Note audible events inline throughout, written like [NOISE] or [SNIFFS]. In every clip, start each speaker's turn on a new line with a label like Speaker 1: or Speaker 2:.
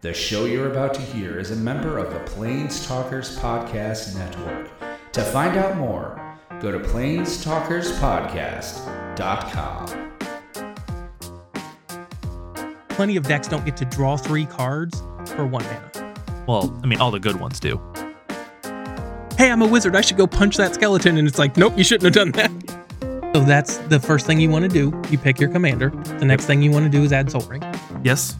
Speaker 1: The show you're about to hear is a member of the Plains Talkers Podcast Network. To find out more, go to plainstalkerspodcast.com.
Speaker 2: plenty of decks don't get to draw three cards for one mana.
Speaker 3: Well, I mean, all the good ones do.
Speaker 2: Hey, I'm a wizard. I should go punch that skeleton. And it's like, nope, you shouldn't have done that. So that's the first thing you want to do. You pick your commander. The next thing you want to do is add Soul Ring.
Speaker 3: Yes.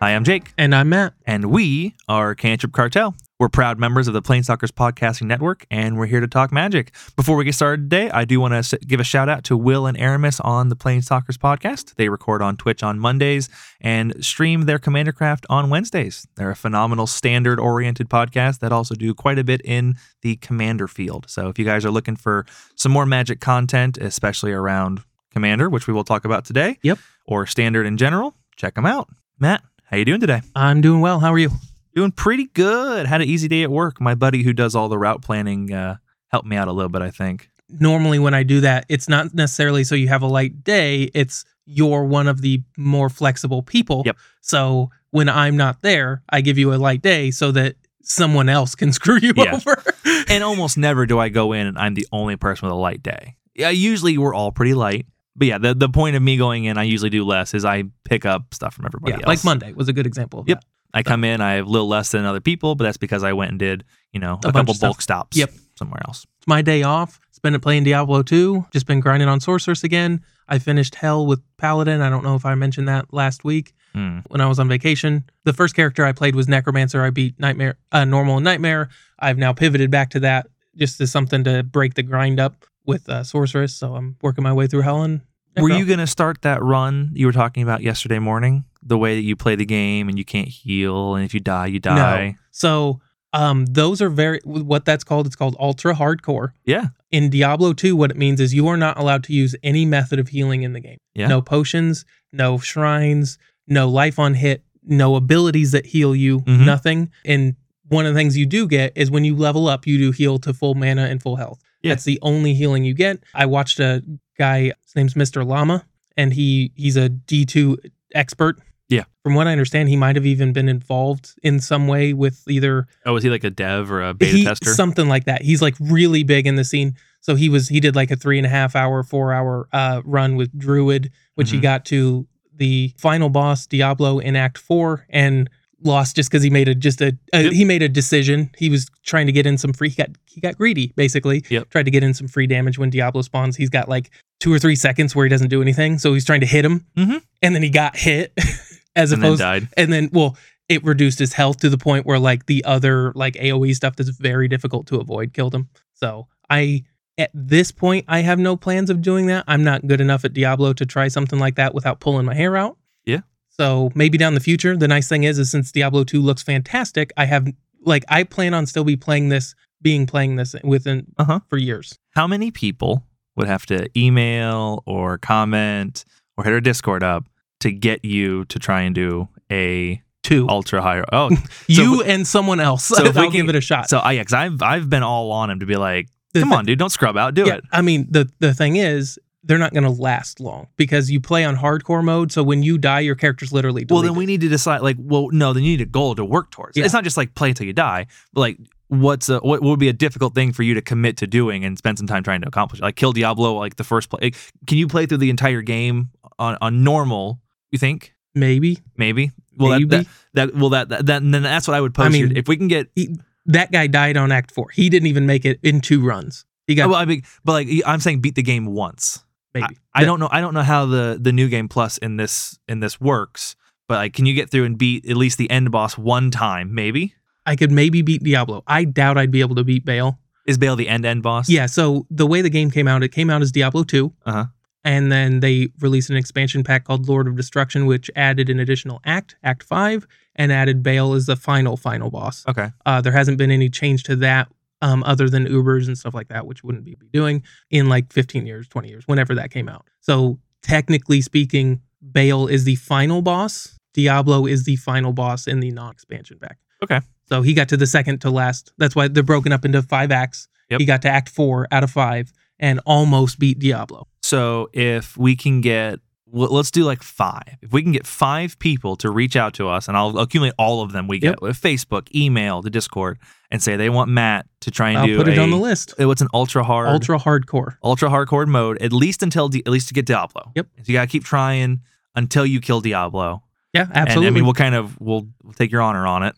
Speaker 3: Hi, I'm Jake,
Speaker 2: And I'm Matt.
Speaker 3: and we are Cantrip Cartel. We're proud members of the Planeswalkers Podcasting Network, and we're here to talk magic. Before we get started today, I do want to give a shout out to Will and Aramis on the Planeswalkers Podcast. They record on Twitch on Mondays and stream their Commander Craft on Wednesdays. They're a phenomenal standard oriented podcast that also do quite a bit in the Commander field. So if you guys are looking for some more magic content, especially around Commander, which we will talk about today,
Speaker 2: Yep.
Speaker 3: or standard in general, check them out. Matt, how you doing today?
Speaker 2: I'm doing well. How are you?
Speaker 3: Doing pretty good. Had an easy day at work. My buddy who does all the route planning uh, helped me out a little bit, I think.
Speaker 2: Normally, when I do that, it's not necessarily so you have a light day, it's you're one of the more flexible people.
Speaker 3: Yep.
Speaker 2: So when I'm not there, I give you a light day so that someone else can [LAUGHS] screw you
Speaker 3: Yeah.
Speaker 2: over.
Speaker 3: And almost never do I go in and I'm the only person with a light day. Yeah, usually we're all pretty light. But yeah, the, the point of me going in, I usually do less, is I pick up stuff from everybody
Speaker 2: yeah,
Speaker 3: else.
Speaker 2: like Monday was a good example. Of
Speaker 3: Yep.
Speaker 2: that.
Speaker 3: I come in, I have a little less than other people, but that's because I went and did, you know,
Speaker 2: A
Speaker 3: a,
Speaker 2: bunch
Speaker 3: couple
Speaker 2: of stuff.
Speaker 3: bulk stops
Speaker 2: Yep.
Speaker 3: somewhere else.
Speaker 2: It's my day off. Spent it playing Diablo 2. Just been grinding on Sorceress again. I finished Hell with Paladin. I don't know if I mentioned that last week
Speaker 3: Mm.
Speaker 2: when I was on vacation. The first character I played was Necromancer. I beat Nightmare, uh, Normal and Nightmare. I've now pivoted back to that just as something to break the grind up with uh, Sorceress. So I'm working my way through Hell and
Speaker 3: Were
Speaker 2: Necro.
Speaker 3: you going to start that run you were talking about yesterday morning? The way that you play the game and you can't heal, and if you die, you die.
Speaker 2: So um, those are very what that's called. It's called ultra hardcore.
Speaker 3: Yeah.
Speaker 2: In Diablo 2, what it means is you are not allowed to use any method of healing in the game.
Speaker 3: Yeah.
Speaker 2: No potions, no shrines, no life on hit, no abilities that heal you,
Speaker 3: Mhm.
Speaker 2: nothing. And one of the things you do get is when you level up, you do heal to full mana and full health.
Speaker 3: Yeah.
Speaker 2: That's the only healing you get. I watched a guy, his name's Mr. Llama, and he he's a D2 expert.
Speaker 3: Yeah.
Speaker 2: From what I understand, he might have even been involved in some way with either
Speaker 3: Oh, is he like a dev or a beta
Speaker 2: he,
Speaker 3: tester?
Speaker 2: something like that. He's like really big in the scene. So he was he did like a three and a half hour, four hour uh, run with Druid, which he
Speaker 3: Mhm.
Speaker 2: got to the final boss Diablo in Act Four and lost just because he made a just a, a
Speaker 3: Yep.
Speaker 2: he made a decision. He was trying to get in some free. He got he got greedy basically.
Speaker 3: Yep.
Speaker 2: Tried to get in some free damage when Diablo spawns. He's got like two or three seconds where he doesn't do anything. So he's trying to hit him,
Speaker 3: Mhm.
Speaker 2: and then he got hit. [LAUGHS] as
Speaker 3: and then
Speaker 2: opposed
Speaker 3: died.
Speaker 2: and then well it reduced his health to the point where like the other like aoe stuff that's very difficult to avoid killed him so i at this point i have no plans of doing that i'm not good enough at diablo to try something like that without pulling my hair out
Speaker 3: Yeah.
Speaker 2: so maybe down the future the nice thing is is since diablo 2 looks fantastic i have like i plan on still be playing this being playing this within
Speaker 3: Uh-huh.
Speaker 2: for years
Speaker 3: How many people would have to email or comment or hit our Discord up to get you to try and do a
Speaker 2: two
Speaker 3: ultra high? Oh,
Speaker 2: you
Speaker 3: so
Speaker 2: and someone else
Speaker 3: so if we
Speaker 2: [LAUGHS] i'll
Speaker 3: can-
Speaker 2: give it a shot
Speaker 3: so I yeah, 'cause I've I've been all on him to be like,
Speaker 2: The
Speaker 3: come
Speaker 2: thi-
Speaker 3: on, dude, don't scrub out, do it.
Speaker 2: I mean, the the thing is, they're not going to last long because you play on hardcore mode. So when you die, your character's literally
Speaker 3: Well,
Speaker 2: deleted.
Speaker 3: then we need to decide. Like, well, no, then you need a goal to work towards.
Speaker 2: Yeah.
Speaker 3: It's not just like play until you die, but like, what's a, what would be a difficult thing for you to commit to doing and spend some time trying to accomplish? Like, kill Diablo, like the first play. like, Can you play through the entire game on on normal? You think
Speaker 2: maybe
Speaker 3: maybe? Well, that-
Speaker 2: Maybe.
Speaker 3: That, that, well that, that then then that's what I would post.
Speaker 2: I mean-
Speaker 3: here. if we can get
Speaker 2: that guy died on Act Four. He didn't even make it in two runs. He got
Speaker 3: well, I mean, but like I'm saying, beat the game once.
Speaker 2: maybe.
Speaker 3: I don't know. I don't know how the the new game plus in this in this works. But like, can you get through and beat at least the end boss one time? Maybe
Speaker 2: I could maybe beat Diablo. I doubt I'd be able to beat Bale.
Speaker 3: is Bale the end end boss?
Speaker 2: Yeah. So the way the game came out, it came out as Diablo Two.
Speaker 3: Uh-huh.
Speaker 2: And then they released an expansion pack called Lord of Destruction, which added an additional act, Act Five, and added Bale as the final final boss.
Speaker 3: Okay.
Speaker 2: Uh, there hasn't been any change to that um, other than Ubers and stuff like that, which wouldn't be doing in like 15 years, 20 years, whenever that came out. So technically speaking, Bale is the final boss. Diablo is the final boss in the non-expansion pack.
Speaker 3: Okay.
Speaker 2: So he got to the second to last. That's why they're broken up into five acts.
Speaker 3: Yep.
Speaker 2: He got to act four out of five and almost beat Diablo.
Speaker 3: So if we can get well, let's do like five. If we can get five people to reach out to us, and I'll accumulate all of them we get with Facebook, email, the Discord, and say they want Matt to try and
Speaker 2: I'll
Speaker 3: do
Speaker 2: put it
Speaker 3: a-
Speaker 2: on the list.
Speaker 3: it- What's an ultra hard, ultra,
Speaker 2: Ultra hardcore.
Speaker 3: hardcore mode? At least until Di- at least to get Diablo.
Speaker 2: Yep.
Speaker 3: So you gotta keep trying until you kill Diablo.
Speaker 2: Yeah,
Speaker 3: And
Speaker 2: absolutely.
Speaker 3: I mean, we'll kind of we'll, we'll take your honor on it.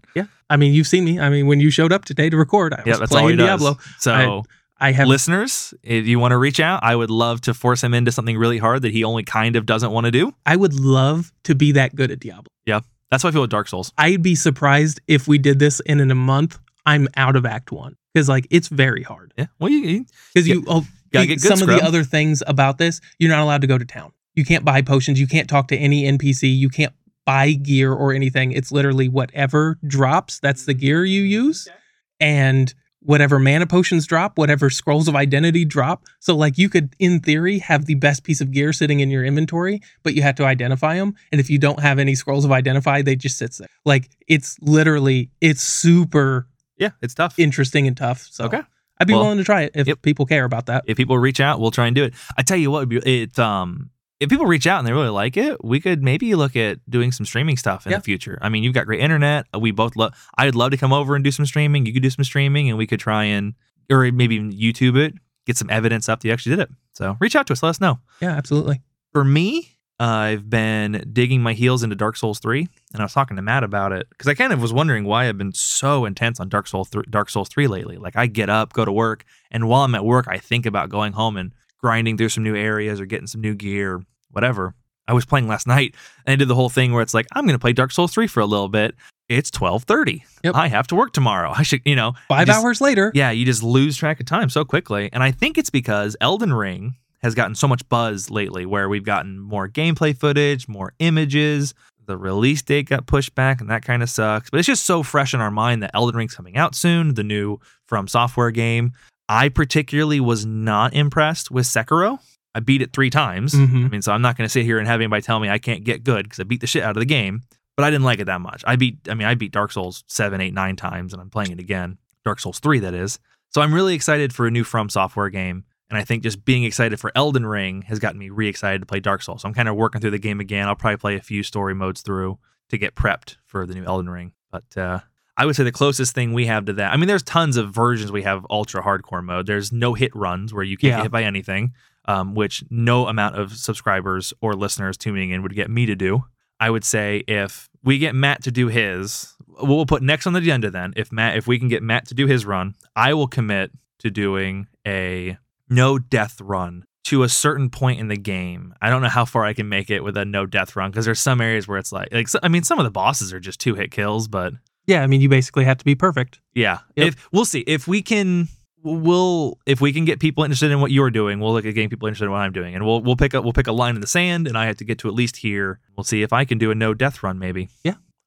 Speaker 2: you've seen me. I mean, when you showed up today to record, I
Speaker 3: Yeah,
Speaker 2: was
Speaker 3: that's all he
Speaker 2: playing
Speaker 3: does.
Speaker 2: Diablo.
Speaker 3: So.
Speaker 2: I have
Speaker 3: listeners, if you want to reach out, I would love to force him into something really hard that he only kind of doesn't want to do.
Speaker 2: I would love to be that good at Diablo.
Speaker 3: That's how I feel with Dark Souls.
Speaker 2: I'd be surprised if we did this and in a month I'm out of act 1 cuz like it's very hard.
Speaker 3: Yeah. Well, you, you
Speaker 2: Cuz you oh,
Speaker 3: gotta
Speaker 2: the-
Speaker 3: get good
Speaker 2: some of
Speaker 3: scrub.
Speaker 2: the other things about this, you're not allowed to go to town. You can't buy potions, you can't talk to any NPC, you can't buy gear or anything. It's literally whatever drops, that's the gear you use. And whatever mana potions drop, whatever scrolls of identity drop. So like you could in theory have the best piece of gear sitting in your inventory, but you have to identify them. And if you don't have any scrolls of identify, they just sits there. Like it's literally it's super
Speaker 3: yeah, it's tough.
Speaker 2: interesting and tough. So
Speaker 3: Okay.
Speaker 2: I'd be
Speaker 3: Well,
Speaker 2: willing to try it if
Speaker 3: yep.
Speaker 2: people care about that.
Speaker 3: if people reach out, we'll try and do it. I tell you what, it'd be- it um, if people reach out and they really like it, we could maybe look at doing some streaming stuff in
Speaker 2: Yeah.
Speaker 3: the future. I mean, you've got great internet. We both love. I'd love to come over and do some streaming. You could do some streaming, and we could try and or maybe even YouTube it, get some evidence up that you actually did it. So reach out to us. Let us know.
Speaker 2: Yeah, absolutely.
Speaker 3: for me, I've been digging my heels into Dark Souls 3, and I was talking to Matt about it because I kind of was wondering why I've been so intense on Dark Souls 3, Dark Souls 3 lately. Like I get up, go to work, and while I'm at work, I think about going home and grinding through some new areas or getting some new gear, or whatever. I was playing last night and I did the whole thing where it's like I'm going to play Dark Souls 3 for a little bit. It's 12:30.
Speaker 2: Yep.
Speaker 3: I have to work tomorrow. [LAUGHS] I should, you know,
Speaker 2: Five
Speaker 3: just-
Speaker 2: hours later.
Speaker 3: yeah, you just lose track of time so quickly. And I think it's because Elden Ring has gotten so much buzz lately where we've gotten more gameplay footage, more images. The release date got pushed back and that kind of sucks. But it's just so fresh in our mind that Elden Ring's coming out soon, the new From Software game. I particularly was not impressed with Sekiro. I beat it three times.
Speaker 2: Mhm.
Speaker 3: I mean, so I'm not going to sit here and have anybody tell me I can't get good because I beat the shit out of the game. But I didn't like it that much. I beat, I mean, I beat Dark Souls seven, eight, nine times, and I'm playing it again. Dark Souls three, that is. So I'm really excited for a new From Software game. And I think just being excited for Elden Ring has gotten me re excited to play Dark Souls. So I'm kind of working through the game again. I'll probably play a few story modes through to get prepped for the new Elden Ring. But uh, I would say the closest thing we have to that. I mean, there's tons of versions we have ultra hardcore mode. There's no hit runs where you can't
Speaker 2: Yeah.
Speaker 3: get hit by anything, um, which no amount of subscribers or listeners tuning in would get me to do. I would say if we get Matt to do his, we'll we'll put next on the agenda then. If Matt, if we can get Matt to do his run, I will commit to doing a no death run to a certain point in the game. I don't know how far I can make it with a no death run because there's some areas where it's like, like so- I mean, some of the bosses are just two hit kills, but
Speaker 2: Yeah, I mean you basically have to be perfect.
Speaker 3: yeah.
Speaker 2: Yep.
Speaker 3: If we'll see if we can we'll if we can get people interested in what you're doing, we'll look at getting people interested in what I'm doing, and we'll we'll pick up we'll pick a line in the sand, and I have to get to at least here. We'll see if I can do a no death run, maybe.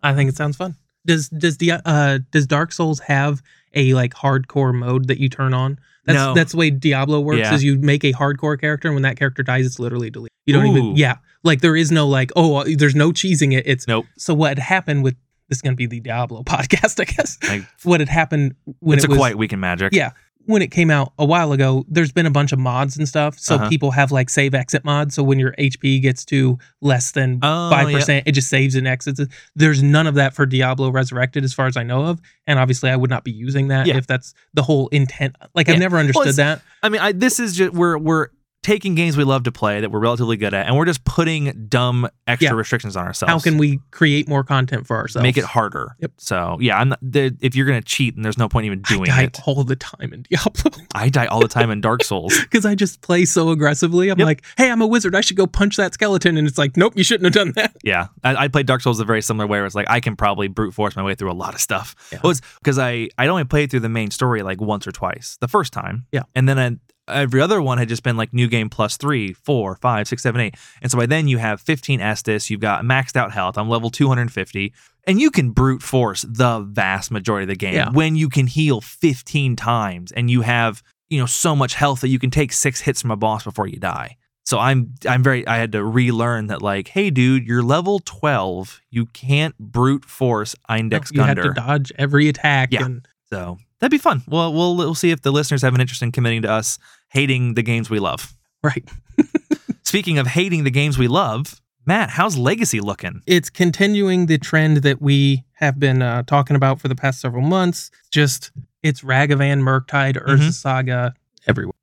Speaker 2: I think it sounds fun. Does does the uh does Dark Souls have a like hardcore mode that you turn on? That's
Speaker 3: No.
Speaker 2: that's the way Diablo works
Speaker 3: Yeah.
Speaker 2: is you make a hardcore character and when that character dies it's literally deleted. You don't
Speaker 3: Ooh.
Speaker 2: even yeah. Like there is no like oh uh, there's no cheesing it. It's
Speaker 3: Nope.
Speaker 2: So what had happened with this is going to be the Diablo [LAUGHS] podcast I guess. [LAUGHS]
Speaker 3: Like,
Speaker 2: what had happened when
Speaker 3: it's
Speaker 2: it
Speaker 3: a
Speaker 2: was
Speaker 3: quiet week in magic.
Speaker 2: Yeah. when it came out a while ago, there's been a bunch of mods and stuff. So
Speaker 3: Uh-huh.
Speaker 2: people have like save exit mods. So when your HP gets to less than
Speaker 3: Oh,
Speaker 2: five
Speaker 3: yeah.
Speaker 2: percent. It just saves and exits. it. There's none of that for Diablo Resurrected, as far as I know of. And obviously, I would not be using that
Speaker 3: Yeah.
Speaker 2: if that's the whole intent. Like
Speaker 3: Yeah.
Speaker 2: I've never understood
Speaker 3: it's-
Speaker 2: that.
Speaker 3: I mean, I, this is just we're we're taking games we love to play that we're relatively good at, and we're just putting dumb extra
Speaker 2: Yeah.
Speaker 3: restrictions on ourselves.
Speaker 2: How can we create more content for ourselves?
Speaker 3: make it harder?
Speaker 2: Yep.
Speaker 3: So yeah, I'm not, there, if you're gonna cheat, and there's no point even doing
Speaker 2: I die
Speaker 3: it.
Speaker 2: all the time in Diablo [LAUGHS]
Speaker 3: I die all the time in Dark Souls.
Speaker 2: because I just play so aggressively. I'm
Speaker 3: Yep.
Speaker 2: like, hey, I'm a wizard. I should go punch that skeleton, and it's like, nope, you shouldn't have done that.
Speaker 3: Yeah, I, I played Dark Souls a very similar way. Where it's like I can probably brute force my way through a lot of stuff.
Speaker 2: Yeah.
Speaker 3: It was because I I only played through the main story like once or twice the first time.
Speaker 2: Yeah.
Speaker 3: and then I, every other one had just been like new game plus three, four, five, six, seven, eight. And so by then you have fifteen Estus, you've got maxed out health. I'm level two hundred and fifty, and you can brute force the vast majority of the game
Speaker 2: Yeah.
Speaker 3: when you can heal fifteen times and you have you know so much health that you can take six hits from a boss before you die. So I'm I'm very I had to relearn that like, hey dude, you're level twelve. You can't brute force Index
Speaker 2: you have
Speaker 3: Gunder.
Speaker 2: to dodge every attack.
Speaker 3: Yeah.
Speaker 2: and
Speaker 3: So that'd be fun. Well, we'll we'll see if the listeners have an interest in committing to us hating the games we love.
Speaker 2: Right.
Speaker 3: Speaking of hating the games we love, Matt, how's Legacy looking?
Speaker 2: It's continuing the trend that we have been uh, talking about for the past several months. Just it's Ragavan, Murktide, Urza
Speaker 3: Mhm.
Speaker 2: Saga, everywhere.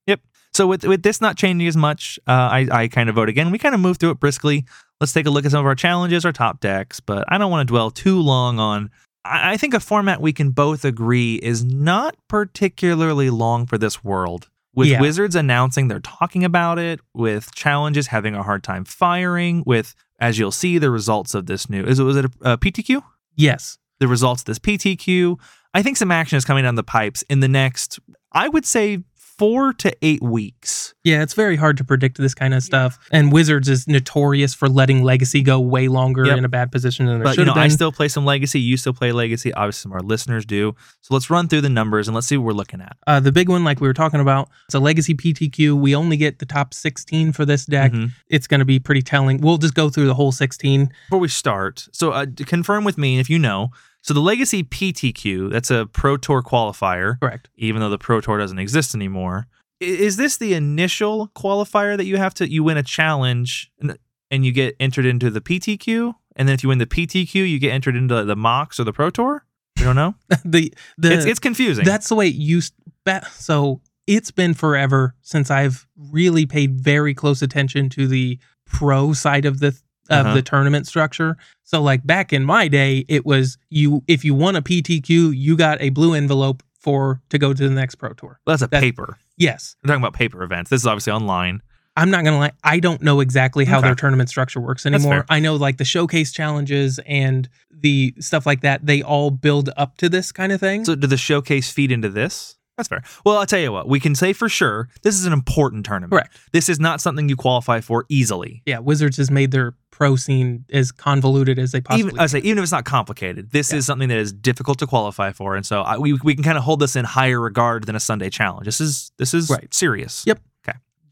Speaker 3: So with with this not changing as much, uh, I I kind of vote again. We kind of moved through it briskly. Let's take a look at some of our challenges, our top decks, but I don't want to dwell too long on. I, I think a format we can both agree is not particularly long for this world. With
Speaker 2: Yeah.
Speaker 3: Wizards announcing they're talking about it, with challenges having a hard time firing, with as you'll see the results of this new is it was it a, a PTQ?
Speaker 2: Yes.
Speaker 3: the results of this PTQ. I think some action is coming down the pipes in the next, I would say, four to eight weeks.
Speaker 2: Yeah, it's very hard to predict this kind of stuff. And Wizards is notorious for letting Legacy go way longer
Speaker 3: Yep.
Speaker 2: in a bad position than there
Speaker 3: But you
Speaker 2: should
Speaker 3: know,
Speaker 2: have been.
Speaker 3: I still play some Legacy. You still play Legacy. Obviously, some of our listeners do. So let's run through the numbers and let's see what we're looking at.
Speaker 2: uh, the big one, like we were talking about, it's a Legacy PTQ. We only get the top 16 for this deck.
Speaker 3: Mhm.
Speaker 2: It's going to be pretty telling. We'll just go through the whole 16.
Speaker 3: Before we start, so uh, d- confirm with me if you know. So the Legacy PTQ, that's a Pro Tour qualifier,
Speaker 2: Correct.
Speaker 3: even though the Pro Tour doesn't exist anymore. I- Is this the initial qualifier that you have to you win a challenge and, and you get entered into the PTQ, and then if you win the PTQ, you get entered into the Mox or the Pro Tour? We don't know.
Speaker 2: [LAUGHS] the the
Speaker 3: it's, it's confusing.
Speaker 2: That's the way it used. That, so it's been forever since I've really paid very close attention to the pro side of the of
Speaker 3: Uh-huh.
Speaker 2: the tournament structure. So like back in my day, it was you if you won a PTQ, you got a blue envelope for to go to the next pro tour.
Speaker 3: that's a
Speaker 2: that-
Speaker 3: paper.
Speaker 2: Yes,
Speaker 3: We're talking about paper events. This is obviously online.
Speaker 2: I'm not gonna lie. I don't know exactly how
Speaker 3: Okay.
Speaker 2: their tournament structure works
Speaker 3: That's fair.
Speaker 2: anymore. I know like the showcase challenges and the stuff like that. They all build up to this kind of thing.
Speaker 3: So did the showcase feed into this? That's fair. Well, I'll tell you what, we can say for sure this is an important tournament.
Speaker 2: Correct.
Speaker 3: This is not something you qualify for easily.
Speaker 2: yeah, Wizards has made their pro scene as convoluted as they possibly
Speaker 3: even uh, I say even if it's not complicated, this
Speaker 2: Yeah.
Speaker 3: is something that is difficult to qualify for, and so I, we we can kind of hold this in higher regard than a Sunday challenge. This is this is
Speaker 2: Right.
Speaker 3: serious.
Speaker 2: Yep.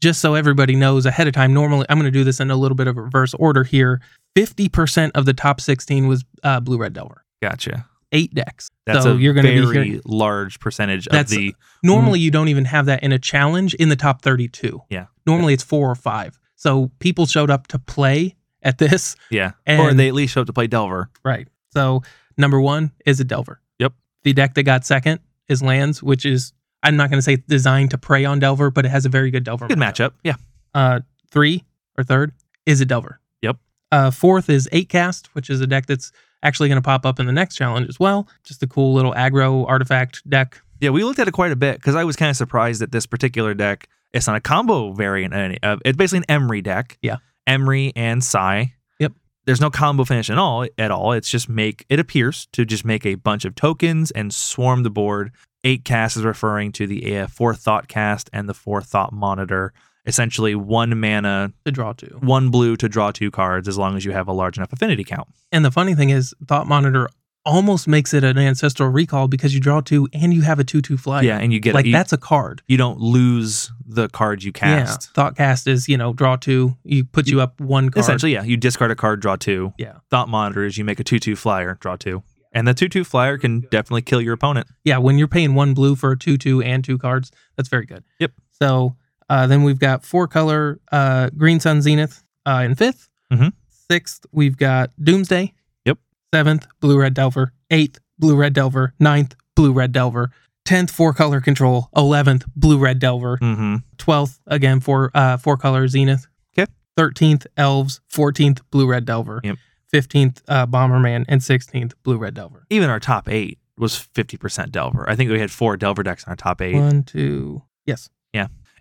Speaker 2: Just so everybody knows ahead of time, normally I'm going to do this in a little bit of reverse order here. 50% of the top 16 was uh, Blue Red Delver,
Speaker 3: Gotcha.
Speaker 2: eight decks.
Speaker 3: That's
Speaker 2: so
Speaker 3: a
Speaker 2: you're going to be
Speaker 3: very
Speaker 2: hearing.
Speaker 3: large percentage
Speaker 2: That's-
Speaker 3: of the
Speaker 2: Normally, you don't even have that in a challenge in the top 32.
Speaker 3: Mm. Yeah.
Speaker 2: Normally, it's four or five. So people showed up to play at
Speaker 3: [LAUGHS]
Speaker 2: this.
Speaker 3: yeah, or
Speaker 2: And-
Speaker 3: they at least show up to play Delver.
Speaker 2: Right. So number one is a Delver.
Speaker 3: Yep.
Speaker 2: The deck that got second is Lands, which is, I'm not going to say it's designed to prey on Delver, but it has a very good Delver
Speaker 3: Good
Speaker 2: matchup.
Speaker 3: matchup. Yeah,
Speaker 2: uh three or third is a delver
Speaker 3: Yep.
Speaker 2: uh fourth is eight cast which is a deck that's actually going to pop up in the next challenge as well just a cool little aggro artifact deck
Speaker 3: yeah. We looked at it quite a bit because I was kind of surprised that this particular deck. It's not a combo variant. of Any of it's basically an Emery deck.
Speaker 2: Yeah.
Speaker 3: Emery and Psy.
Speaker 2: Yep.
Speaker 3: There's no combo finish at all. At all. It's just make. It appears to just make a bunch of tokens and swarm the board. Eight cast is referring to the uh, forethought cast and the forethought monitor. Essentially, one mana,
Speaker 2: to draw two
Speaker 3: one blue to draw two cards as long as you have a large enough affinity count.
Speaker 2: and the funny thing is thought monitor almost makes it an ancestral recall because you draw two and you have a two two fly
Speaker 3: yeah, and you get
Speaker 2: like
Speaker 3: you,
Speaker 2: that's a card
Speaker 3: You don't lose the card you cast.
Speaker 2: yeah thought cast is you know draw two you put you up one card
Speaker 3: Essentially, yeah. You discard a card, draw two.
Speaker 2: Yeah.
Speaker 3: Thought monitor is you make a two-two flyer, draw two, and the two-two flyer can definitely kill your opponent.
Speaker 2: yeah, when you're paying one blue for a two two and two cards, that's very good.
Speaker 3: Yep.
Speaker 2: So uh, then we've got four color uh, Green Sun Zenith uh, in 5th
Speaker 3: Mhm.
Speaker 2: Sixth, we've got Doomsday.
Speaker 3: Yep.
Speaker 2: Seventh, Blue Red Delver. Eighth, Blue Red Delver. Ninth, Blue Red Delver. Tenth, four color control. Eleventh, Blue Red Delver.
Speaker 3: Mm-hmm.
Speaker 2: Twelfth, again four uh, four color Zenith.
Speaker 3: 'Kay.
Speaker 2: Thirteenth, Elves. Fourteenth, Blue Red Delver.
Speaker 3: Yep.
Speaker 2: Fifteenth, uh, Bomberman, and sixteenth, Blue Red Delver.
Speaker 3: Even our top eight was fifty percent Delver. I think we had four Delver decks in our top eight,
Speaker 2: One, two, yes.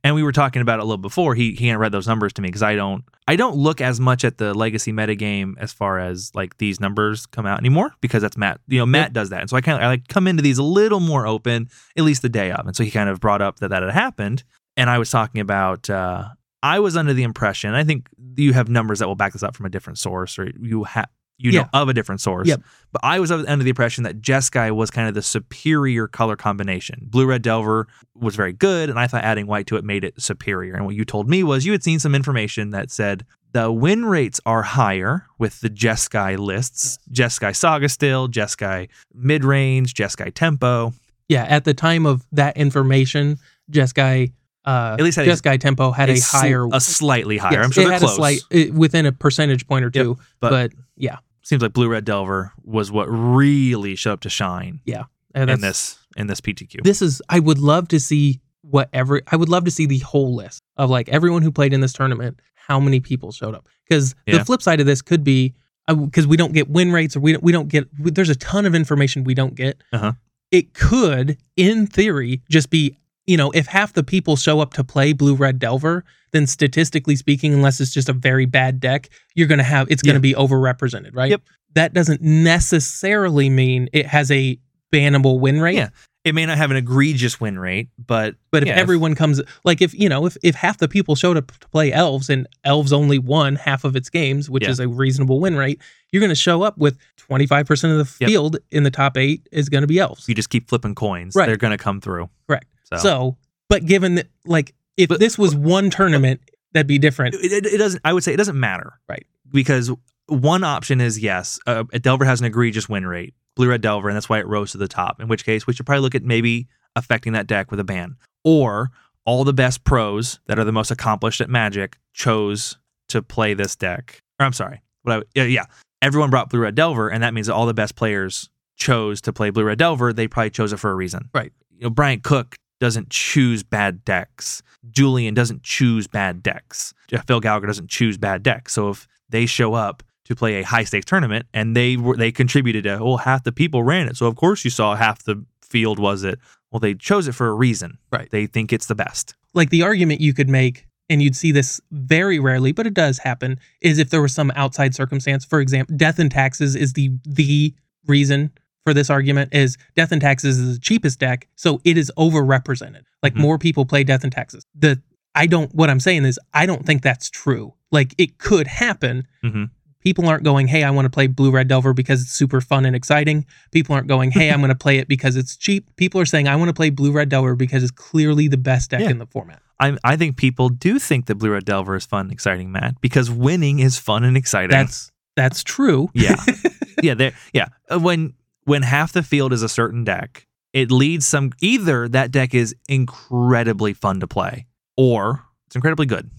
Speaker 3: and we were talking about it a little before. He he had read those numbers to me because I don't I don't look as much at the legacy metagame as far as like these numbers come out anymore because that's Matt. You know Matt does that, and so I kind of I like come into these a little more open at least the day of, and so he kind of brought up that that had happened, and I was talking about. uh I was under the impression. I think you have numbers that will back this up from a different source, or you have you know of a different source.
Speaker 2: Yep.
Speaker 3: But I was under the impression that Jeskai was kind of the superior color combination. Blue red Delver was very good, and I thought adding white to it made it superior. And what you told me was you had seen some information that said the win rates are higher with the Jeskai lists, Jeskai Saga still, Jeskai mid range, Jeskai tempo.
Speaker 2: yeah, at the time of that information, Jeskai uh,
Speaker 3: At least had a-
Speaker 2: Just Guy Tempo had a,
Speaker 3: sl-
Speaker 2: higher.
Speaker 3: a slightly higher.
Speaker 2: Yes,
Speaker 3: I'm sure
Speaker 2: it
Speaker 3: they're
Speaker 2: had
Speaker 3: close.
Speaker 2: A slight, it- within a percentage point or two,
Speaker 3: but-
Speaker 2: but, yeah,
Speaker 3: Seems like Blue Red Delver was what really showed up to shine
Speaker 2: uh,
Speaker 3: in
Speaker 2: that's-
Speaker 3: this in this PTQ.
Speaker 2: This is. I would love to see what every. I would love to see the whole list of like everyone who played in this tournament. How many people showed up? Because
Speaker 3: Yeah.
Speaker 2: the flip side of this could be because we don't get win rates or we don't, we don't get. We, there's a ton of information we don't get.
Speaker 3: Uh-huh.
Speaker 2: It could, in theory, just be you know if half the people show up to play blue red delver then statistically speaking unless it's just a very bad deck you're going to have it's going
Speaker 3: Yeah.
Speaker 2: to be overrepresented right
Speaker 3: Yep.
Speaker 2: that doesn't necessarily mean it has a bannable win rate
Speaker 3: Yeah. it may not have an egregious win rate, but
Speaker 2: but if
Speaker 3: Yeah, if-
Speaker 2: everyone comes, like if you know, if if half the people showed up to play elves and elves only won half of its games, which
Speaker 3: Yeah.
Speaker 2: is a reasonable win rate, you're going to show up with 25 percent of the
Speaker 3: Yep.
Speaker 2: field in the top eight is going to be elves.
Speaker 3: you just keep flipping coins,
Speaker 2: Right.
Speaker 3: they're going to come through.
Speaker 2: Correct.
Speaker 3: So,
Speaker 2: So, but given that, like, if
Speaker 3: But-
Speaker 2: this was one tournament, that'd be different.
Speaker 3: it, it, it doesn't. I would say it doesn't matter,
Speaker 2: Right. Because
Speaker 3: Because one option is yes, uh, Delver has an egregious win rate, Blue Red Delver, and that's why it rose to the top. In which case, we should probably look at maybe affecting that deck with a ban, or all the best pros that are the most accomplished at Magic chose to play this deck. Or I'm sorry, but I, yeah, yeah, everyone brought Blue Red Delver, and that means that all the best players chose to play Blue Red Delver. They probably chose it for a reason,
Speaker 2: Right.
Speaker 3: You know, Brian Cook doesn't choose bad decks. Julian doesn't choose bad decks. Phil Gallagher doesn't choose bad decks. So if they show up to play a high stakes tournament and they were they contributed to well half the people ran it, so of course you saw half the field was it. Well, they chose it for a reason.
Speaker 2: Right.
Speaker 3: They think it's the best.
Speaker 2: like the argument you could make and you'd see this very rarely but it does happen is if there was some outside circumstance for example death and taxes is the the reason for this argument is death and taxes is the cheapest deck so it is overrepresented like
Speaker 3: Mhm.
Speaker 2: more people play death and taxes the i don't what i'm saying is i don't think that's true like it could happen
Speaker 3: Mhm.
Speaker 2: people aren't going hey i want to play blue red delver because it's super fun and exciting people aren't going hey i'm going to play it because it's cheap people are saying i want to play blue red delver because it's clearly the best deck
Speaker 3: Yeah.
Speaker 2: in the format
Speaker 3: I I think people do think that Blue Red Delver is fun and exciting, Matt, because winning is fun and exciting.
Speaker 2: That's that's true.
Speaker 3: Yeah.
Speaker 2: [LAUGHS]
Speaker 3: yeah, there yeah. Uh, When when half the field is a certain deck, it leads some either that deck is incredibly fun to play or it's incredibly good.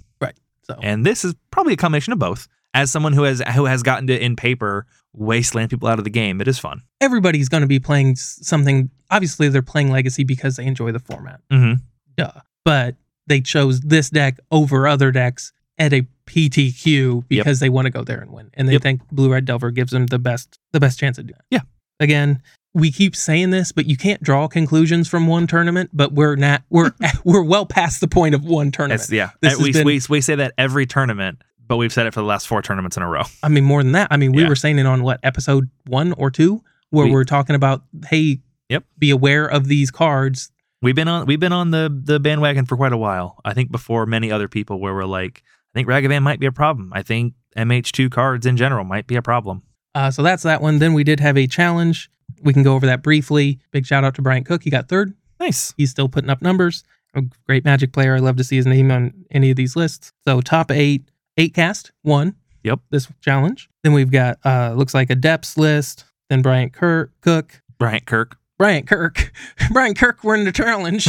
Speaker 2: So
Speaker 3: And this is probably a combination of both. As someone who has who has gotten to in paper wasteland people out of the game, it is fun.
Speaker 2: everybody's going to be playing s- something. Obviously, they're playing Legacy because they enjoy the format.
Speaker 3: Mhm.
Speaker 2: Duh. But they chose this deck over other decks at a PTQ because they want to go there and win, and they
Speaker 3: Yep.
Speaker 2: think Blue Red Delver gives them the best the best chance of doing. It.
Speaker 3: Yeah.
Speaker 2: Again, we keep saying this, but you can't draw conclusions from one tournament. But we're not we're [LAUGHS] we're well past the point of one tournament.
Speaker 3: It's, yeah,
Speaker 2: This
Speaker 3: At-
Speaker 2: has
Speaker 3: we,
Speaker 2: been-
Speaker 3: we we say that every tournament, but we've said it for the last four tournaments in a row.
Speaker 2: I mean, more than that. I mean, we
Speaker 3: Yeah.
Speaker 2: were saying it on what episode one or two, where
Speaker 3: We-
Speaker 2: we, are talking about, hey,
Speaker 3: Yep.
Speaker 2: be aware of these cards.
Speaker 3: We've been on we've been on the the bandwagon for quite a while. I think before many other people, where we're like, I think Ragavan might be a problem. I think MH2 cards in general might be a problem.
Speaker 2: Uh, so that's that one. Then we did have a challenge. We can go over that briefly. Big shout out to Bryant Cook. He got third.
Speaker 3: Nice.
Speaker 2: He's still putting up numbers. A great magic player. I love to see his name on any of these lists. So top eight, eight cast, one.
Speaker 3: Yep.
Speaker 2: This challenge. Then we've got uh looks like a depths list. Then Bryant Kirk Cook.
Speaker 3: Bryant Kirk.
Speaker 2: Brian Kirk. [LAUGHS] Brian Kirk, we're in the challenge.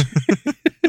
Speaker 2: [LAUGHS]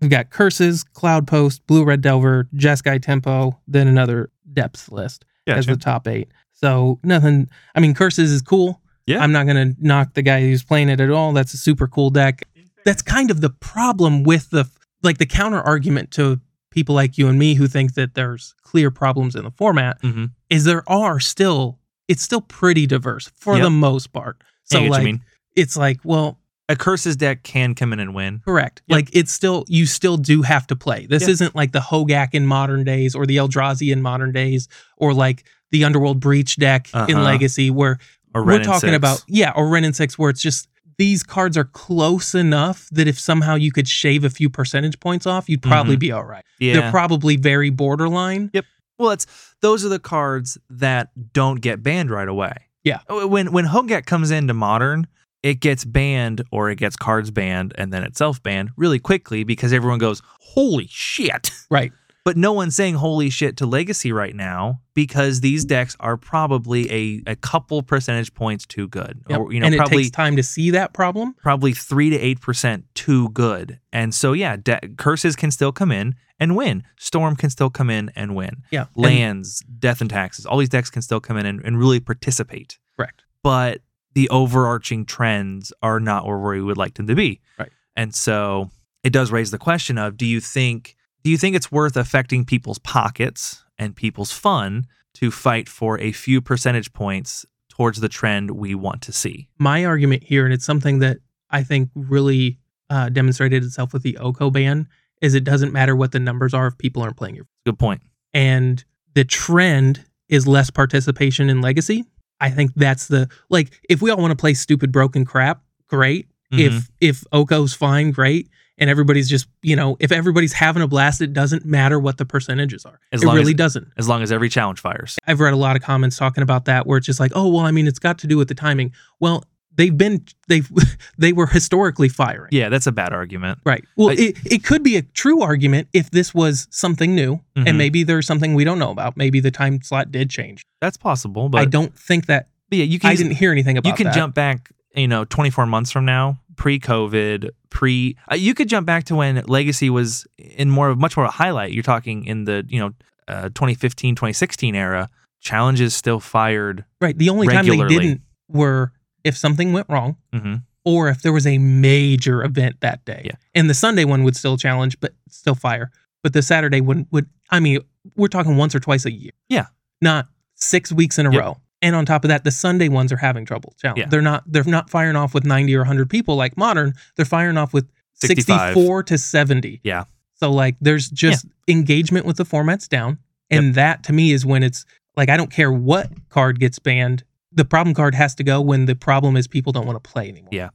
Speaker 2: We've got Curses, Cloud Post, Blue Red Delver, Jeskai Tempo, then another depth list as the top eight. So nothing. I mean, Curses is cool.
Speaker 3: Yeah.
Speaker 2: I'm not gonna knock the guy who's playing it at all. That's a super cool deck. That's kind of the problem with the like the counter argument to people like you and me who think that there's clear problems in the format
Speaker 3: Mhm.
Speaker 2: is there are still it's still pretty diverse for
Speaker 3: Yep.
Speaker 2: the most part. So
Speaker 3: I get what
Speaker 2: like
Speaker 3: you mean.
Speaker 2: it's like, well,
Speaker 3: A curses deck can come in and win.
Speaker 2: correct.
Speaker 3: Yep.
Speaker 2: Like it's still you still do have to play. This
Speaker 3: Yeah.
Speaker 2: isn't like the Hogak in modern days or the Eldrazi in modern days or like the Underworld Breach deck
Speaker 3: Uh-huh.
Speaker 2: in Legacy where
Speaker 3: Or
Speaker 2: we're
Speaker 3: Ren and
Speaker 2: talking
Speaker 3: Six.
Speaker 2: about yeah, or Ren and Six where it's just these cards are close enough that if somehow you could shave a few percentage points off, you'd probably be all right.
Speaker 3: Mm-hmm. yeah.
Speaker 2: They're probably very borderline.
Speaker 3: Well, it's those are the cards that don't get banned right away. Oh,
Speaker 2: Yeah.
Speaker 3: When when Hogak comes into modern, it gets banned or it gets cards banned and then itself banned really quickly because everyone goes, "Holy shit!"
Speaker 2: Right.
Speaker 3: But no one's saying holy shit to Legacy right now because these decks are probably a, a couple percentage points too good.
Speaker 2: Yep.
Speaker 3: Or, you know,
Speaker 2: and it
Speaker 3: probably
Speaker 2: takes time to see that problem.
Speaker 3: probably three to eight percent too good. And so yeah, de- curses can still come in and win. Storm can still come in and win.
Speaker 2: Yeah. and-
Speaker 3: Lands, death and taxes, all these decks can still come in and, and really participate.
Speaker 2: Correct.
Speaker 3: But the overarching trends are not where we would like them to be.
Speaker 2: Right.
Speaker 3: And so it does raise the question of do you think do you think it's worth affecting people's pockets and people's fun to fight for a few percentage points towards the trend we want to see?
Speaker 2: my argument here, and it's something that I think really uh, demonstrated itself with the Oko ban, is it doesn't matter what the numbers are if people aren't playing your.
Speaker 3: Good point.
Speaker 2: And the trend is less participation in legacy. I think that's the like if we all want to play stupid broken crap, great.
Speaker 3: Mm-hmm.
Speaker 2: If if Oko's fine, great. And everybody's just you know if everybody's having a blast, it doesn't matter what the percentages are.
Speaker 3: As
Speaker 2: it
Speaker 3: long as-
Speaker 2: really doesn't.
Speaker 3: as long as every challenge fires.
Speaker 2: I've read a lot of comments talking about that where it's just like, oh well, I mean, it's got to do with the timing. Well, they've been they've [LAUGHS] they were historically firing.
Speaker 3: Yeah, that's a bad argument.
Speaker 2: Right. Well,
Speaker 3: I-
Speaker 2: it, it could be a true argument if this was something new,
Speaker 3: Mhm.
Speaker 2: and maybe there's something we don't know about. Maybe the time slot did change.
Speaker 3: That's possible, but
Speaker 2: I don't think that
Speaker 3: but yeah, you can
Speaker 2: I didn't hear anything about.
Speaker 3: you can
Speaker 2: that.
Speaker 3: jump back, you know, 24 months from now, pre-COVID, pre uh, you could jump back to when Legacy was in more of much more of a highlight. You're talking in the, you know, uh, 2015, 2016 era, challenges still fired.
Speaker 2: right. The only time they
Speaker 3: regularly.
Speaker 2: didn't were if something went wrong
Speaker 3: hmm
Speaker 2: or if there was a major event that day.
Speaker 3: Yeah.
Speaker 2: And the Sunday one would still challenge, but still fire. But the Saturday one would, I mean, we're talking once or twice a year.
Speaker 3: Yeah.
Speaker 2: Not six weeks in a
Speaker 3: Yep.
Speaker 2: row. And on top of that, the Sunday ones are having trouble. Challenge.
Speaker 3: Yeah.
Speaker 2: They're not they're not firing off with 90 or 100 people like modern. They're firing off with
Speaker 3: 65.
Speaker 2: 64 to 70.
Speaker 3: Yeah.
Speaker 2: So like there's just engagement with the formats down. And that to me is when it's like I don't care what card gets banned. The problem card has to go when the problem is people don't want to play anymore.
Speaker 3: Yeah.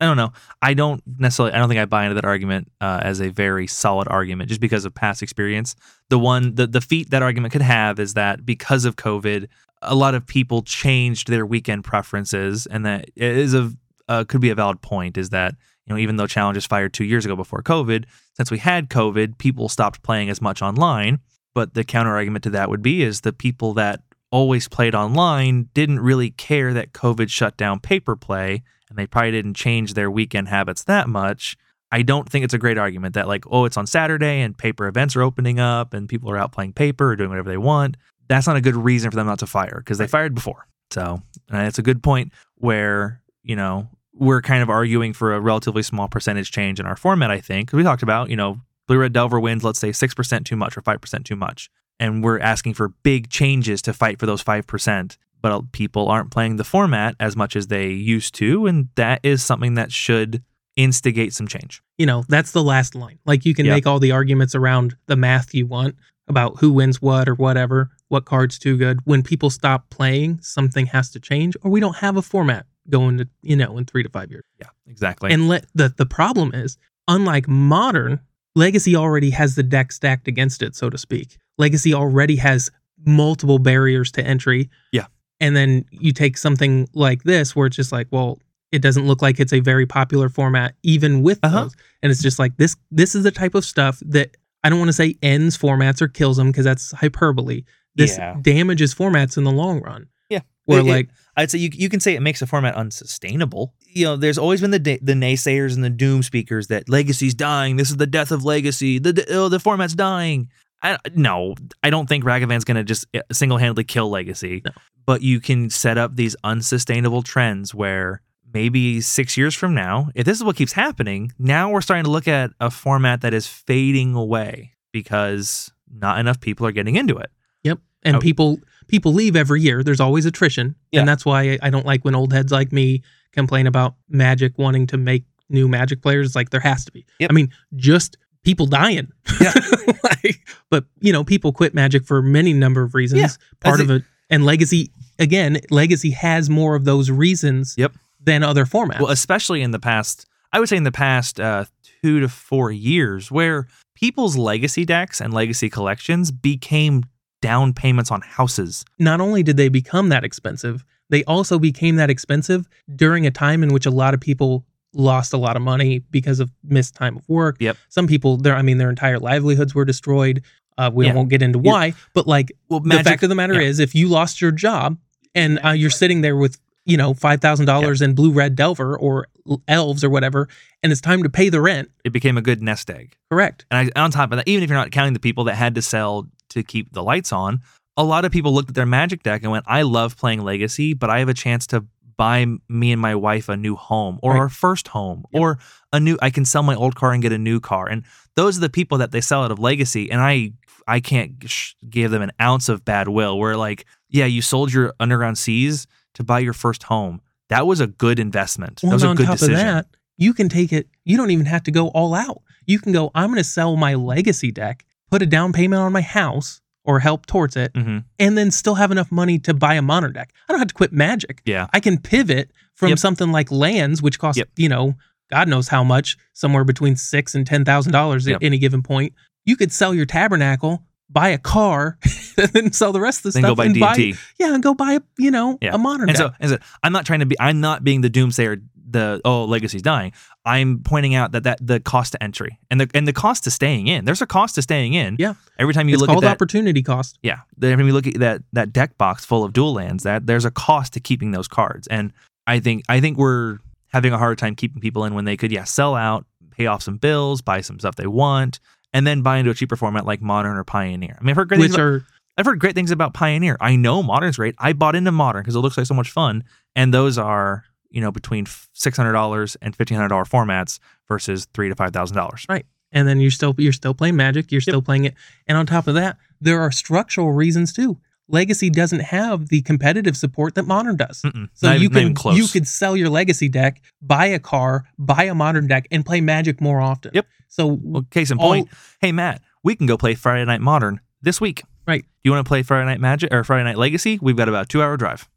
Speaker 3: I don't know. I don't necessarily. I don't think I buy into that argument uh, as a very solid argument, just because of past experience. The one, the the feat that argument could have is that because of COVID, a lot of people changed their weekend preferences, and that is a uh, could be a valid point. Is that you know even though challenges fired two years ago before COVID, since we had COVID, people stopped playing as much online. But the counter argument to that would be is the people that always played online didn't really care that COVID shut down paper play and they probably didn't change their weekend habits that much. I don't think it's a great argument that, like, oh, it's on Saturday and paper events are opening up and people are out playing paper or doing whatever they want. That's not a good reason for them not to fire because they fired before. So and it's a good point where, you know, we're kind of arguing for a relatively small percentage change in our format, I think. We talked about, you know, Blue Red Delver wins, let's say 6% too much or 5% too much. And we're asking for big changes to fight for those 5%. But uh, people aren't playing the format as much as they used to. And that is something that should instigate some change.
Speaker 2: you know that's the last line like you can
Speaker 3: Yeah.
Speaker 2: make all the arguments around the math you want about who wins what or whatever what card's too good when people stop playing something has to change or we don't have a format going to you know in three to five years
Speaker 3: Yeah, exactly.
Speaker 2: and let the the problem is unlike modern legacy already has the deck stacked against it so to speak legacy already has multiple barriers to entry
Speaker 3: Yeah.
Speaker 2: and then you take something like this where it's just like well it doesn't look like it's a very popular format even with
Speaker 3: Uh-huh.
Speaker 2: those and it's just like this this is the type of stuff that i don't want to say ends formats or kills them because that's hyperbole this
Speaker 3: Yeah.
Speaker 2: damages formats in the long run
Speaker 3: Yeah.
Speaker 2: where
Speaker 3: It- it-
Speaker 2: like
Speaker 3: I'd say you, you can say it makes a format unsustainable. You know, there's always been the da- the naysayers and the doom speakers that legacy's dying. This is the death of legacy. The the, oh, the format's dying. I, no, I don't think Ragavan's going to just single handedly kill legacy.
Speaker 2: No.
Speaker 3: But you can set up these unsustainable trends where maybe six years from now, if this is what keeps happening, now we're starting to look at a format that is fading away because not enough people are getting into it.
Speaker 2: Yep. And
Speaker 3: Oh.
Speaker 2: people people leave every year. There's always attrition.
Speaker 3: Yeah.
Speaker 2: And that's why I don't like when old heads like me complain about magic wanting to make new magic players. It's Like there has to be.
Speaker 3: Yep.
Speaker 2: I mean, just people dying.
Speaker 3: Yeah.
Speaker 2: [LAUGHS] like, but you know, people quit magic for many number of reasons.
Speaker 3: Yeah.
Speaker 2: Part
Speaker 3: As
Speaker 2: of it and legacy again, legacy has more of those reasons
Speaker 3: Yep.
Speaker 2: than other formats.
Speaker 3: Well, especially in the past, I would say in the past uh, two to four years, where people's legacy decks and legacy collections became down payments on houses.
Speaker 2: not only did they become that expensive, they also became that expensive during a time in which a lot of people lost a lot of money because of missed time of work.
Speaker 3: Yep.
Speaker 2: Some people their I mean their entire livelihoods were destroyed. Uh, we
Speaker 3: Yeah.
Speaker 2: won't get into
Speaker 3: You're-
Speaker 2: why, but like
Speaker 3: Well,
Speaker 2: the fact of the matter
Speaker 3: yeah.
Speaker 2: is, if you lost your job and uh, you're sitting there with you know five thousand dollars in blue red delver or l- elves or whatever, and it's time to pay the rent,
Speaker 3: it became a good nest egg.
Speaker 2: correct?
Speaker 3: And I, on top of that, even if you're not counting the people that had to sell to keep the lights on, a lot of people looked at their magic deck and went, I love playing Legacy, but I have a chance to buy me and my wife a new home or
Speaker 2: Right.
Speaker 3: our first home or a new I can sell my old car and get a new car. And those are the people that they sell out of Legacy and I I can't sh- give them an ounce of bad will. Where like, yeah, you sold your Underground Seas to buy your first home. That was a good investment.
Speaker 2: Well,
Speaker 3: that was
Speaker 2: and
Speaker 3: a
Speaker 2: on
Speaker 3: good
Speaker 2: top
Speaker 3: decision.
Speaker 2: of that, you can take it. You don't even have to go all out. You can go. I'm going to sell my legacy deck, put a down payment on my house, or help towards it,
Speaker 3: Mhm.
Speaker 2: and then still have enough money to buy a modern deck. I don't have to quit Magic.
Speaker 3: Yeah.
Speaker 2: I can pivot from
Speaker 3: Yep.
Speaker 2: something like lands, which cost
Speaker 3: Yep.
Speaker 2: you know God knows how much, somewhere between six and ten thousand dollars
Speaker 3: Yep.
Speaker 2: at any given point. You could sell your tabernacle, buy a car, [LAUGHS] and then sell the rest of the
Speaker 3: Then
Speaker 2: stuff.
Speaker 3: go buy
Speaker 2: and
Speaker 3: D and T.
Speaker 2: yeah, and go buy a you know
Speaker 3: Yeah.
Speaker 2: a modern
Speaker 3: And
Speaker 2: deck.
Speaker 3: so, and so I'm not trying to be I'm not being the doomsayer the oh legacy's dying. I'm pointing out that that the cost to entry and the and the cost to staying in. There's a cost to staying in.
Speaker 2: Yeah.
Speaker 3: Every time you
Speaker 2: it's
Speaker 3: look at
Speaker 2: called
Speaker 3: that
Speaker 2: opportunity cost.
Speaker 3: yeah. Every time you look at that that deck box full of dual lands, that there's a cost to keeping those cards. And I think I think we're having a hard time keeping people in when they could yeah, sell out, pay off some bills, buy some stuff they want, and then buy into a cheaper format like modern or pioneer. I mean I've heard great things
Speaker 2: Which
Speaker 3: about-
Speaker 2: are
Speaker 3: I've heard great things about Pioneer. I know Modern's great. I bought into Modern because it looks like so much fun, and those are you know between six hundred dollars and fifteen hundred dollar formats versus three to five thousand dollars.
Speaker 2: and then you're still you're still playing magic you're still playing it and on top of that there are structural reasons too legacy doesn't have the competitive support that modern does so you
Speaker 3: not even
Speaker 2: can
Speaker 3: close.
Speaker 2: you could sell your legacy deck buy a car buy a modern deck and play magic more often
Speaker 3: Yep.
Speaker 2: so
Speaker 3: well, case in
Speaker 2: all-
Speaker 3: point. Hey Matt, we can go play Friday Night Modern this week.
Speaker 2: Right.
Speaker 3: Do you want to play Friday Night Magic or Friday Night Legacy? We've got about two hour drive.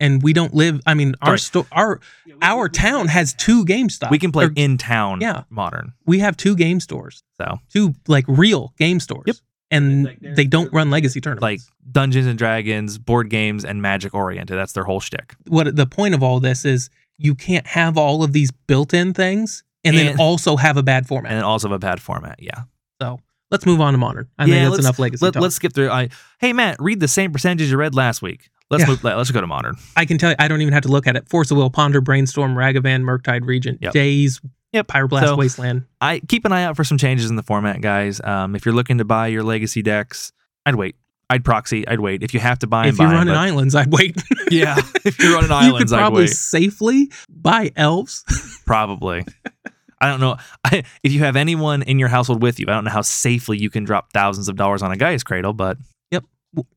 Speaker 2: and we don't live i mean our
Speaker 3: Right.
Speaker 2: sto- our our town has two game stops
Speaker 3: We can play
Speaker 2: Or
Speaker 3: in town.
Speaker 2: yeah.
Speaker 3: Modern.
Speaker 2: we have two game stores
Speaker 3: So
Speaker 2: two like real game stores
Speaker 3: Yep.
Speaker 2: and they don't run legacy tournaments
Speaker 3: like Dungeons and Dragons, board games, and Magic oriented. That's their whole shtick.
Speaker 2: what the point of all this is you can't have all of these built-in things and, then
Speaker 3: And-
Speaker 2: also have a bad format.
Speaker 3: And also a bad format. Yeah.
Speaker 2: so let's move on to modern. I
Speaker 3: Yeah,
Speaker 2: think that's
Speaker 3: let's-
Speaker 2: enough legacy
Speaker 3: Let,
Speaker 2: talk.
Speaker 3: us skip through. I hey Matt, read the same percentage you read last week. Let's
Speaker 2: Yeah.
Speaker 3: move, let, us go to modern.
Speaker 2: I can tell you, I don't even have to look at it. Force of Will, Ponder, Brainstorm, Ragavan, Murktide, Regent,
Speaker 3: Yep.
Speaker 2: Days,
Speaker 3: Yep.
Speaker 2: Pyroblast,
Speaker 3: So-
Speaker 2: Wasteland.
Speaker 3: I keep an eye out for some changes in the format, guys. Um, if you're looking to buy your legacy decks, I'd wait. I'd proxy. I'd wait. If you have to buy,
Speaker 2: If
Speaker 3: and
Speaker 2: you're
Speaker 3: buy,
Speaker 2: running
Speaker 3: but-
Speaker 2: islands, I'd wait.
Speaker 3: [LAUGHS] yeah. If you're running
Speaker 2: [LAUGHS] you could
Speaker 3: islands, I'd
Speaker 2: probably
Speaker 3: wait.
Speaker 2: safely buy elves.
Speaker 3: Probably. I don't know. I, if you have anyone in your household with you, I don't know how safely you can drop thousands of dollars on a guy's cradle, but
Speaker 2: Yep.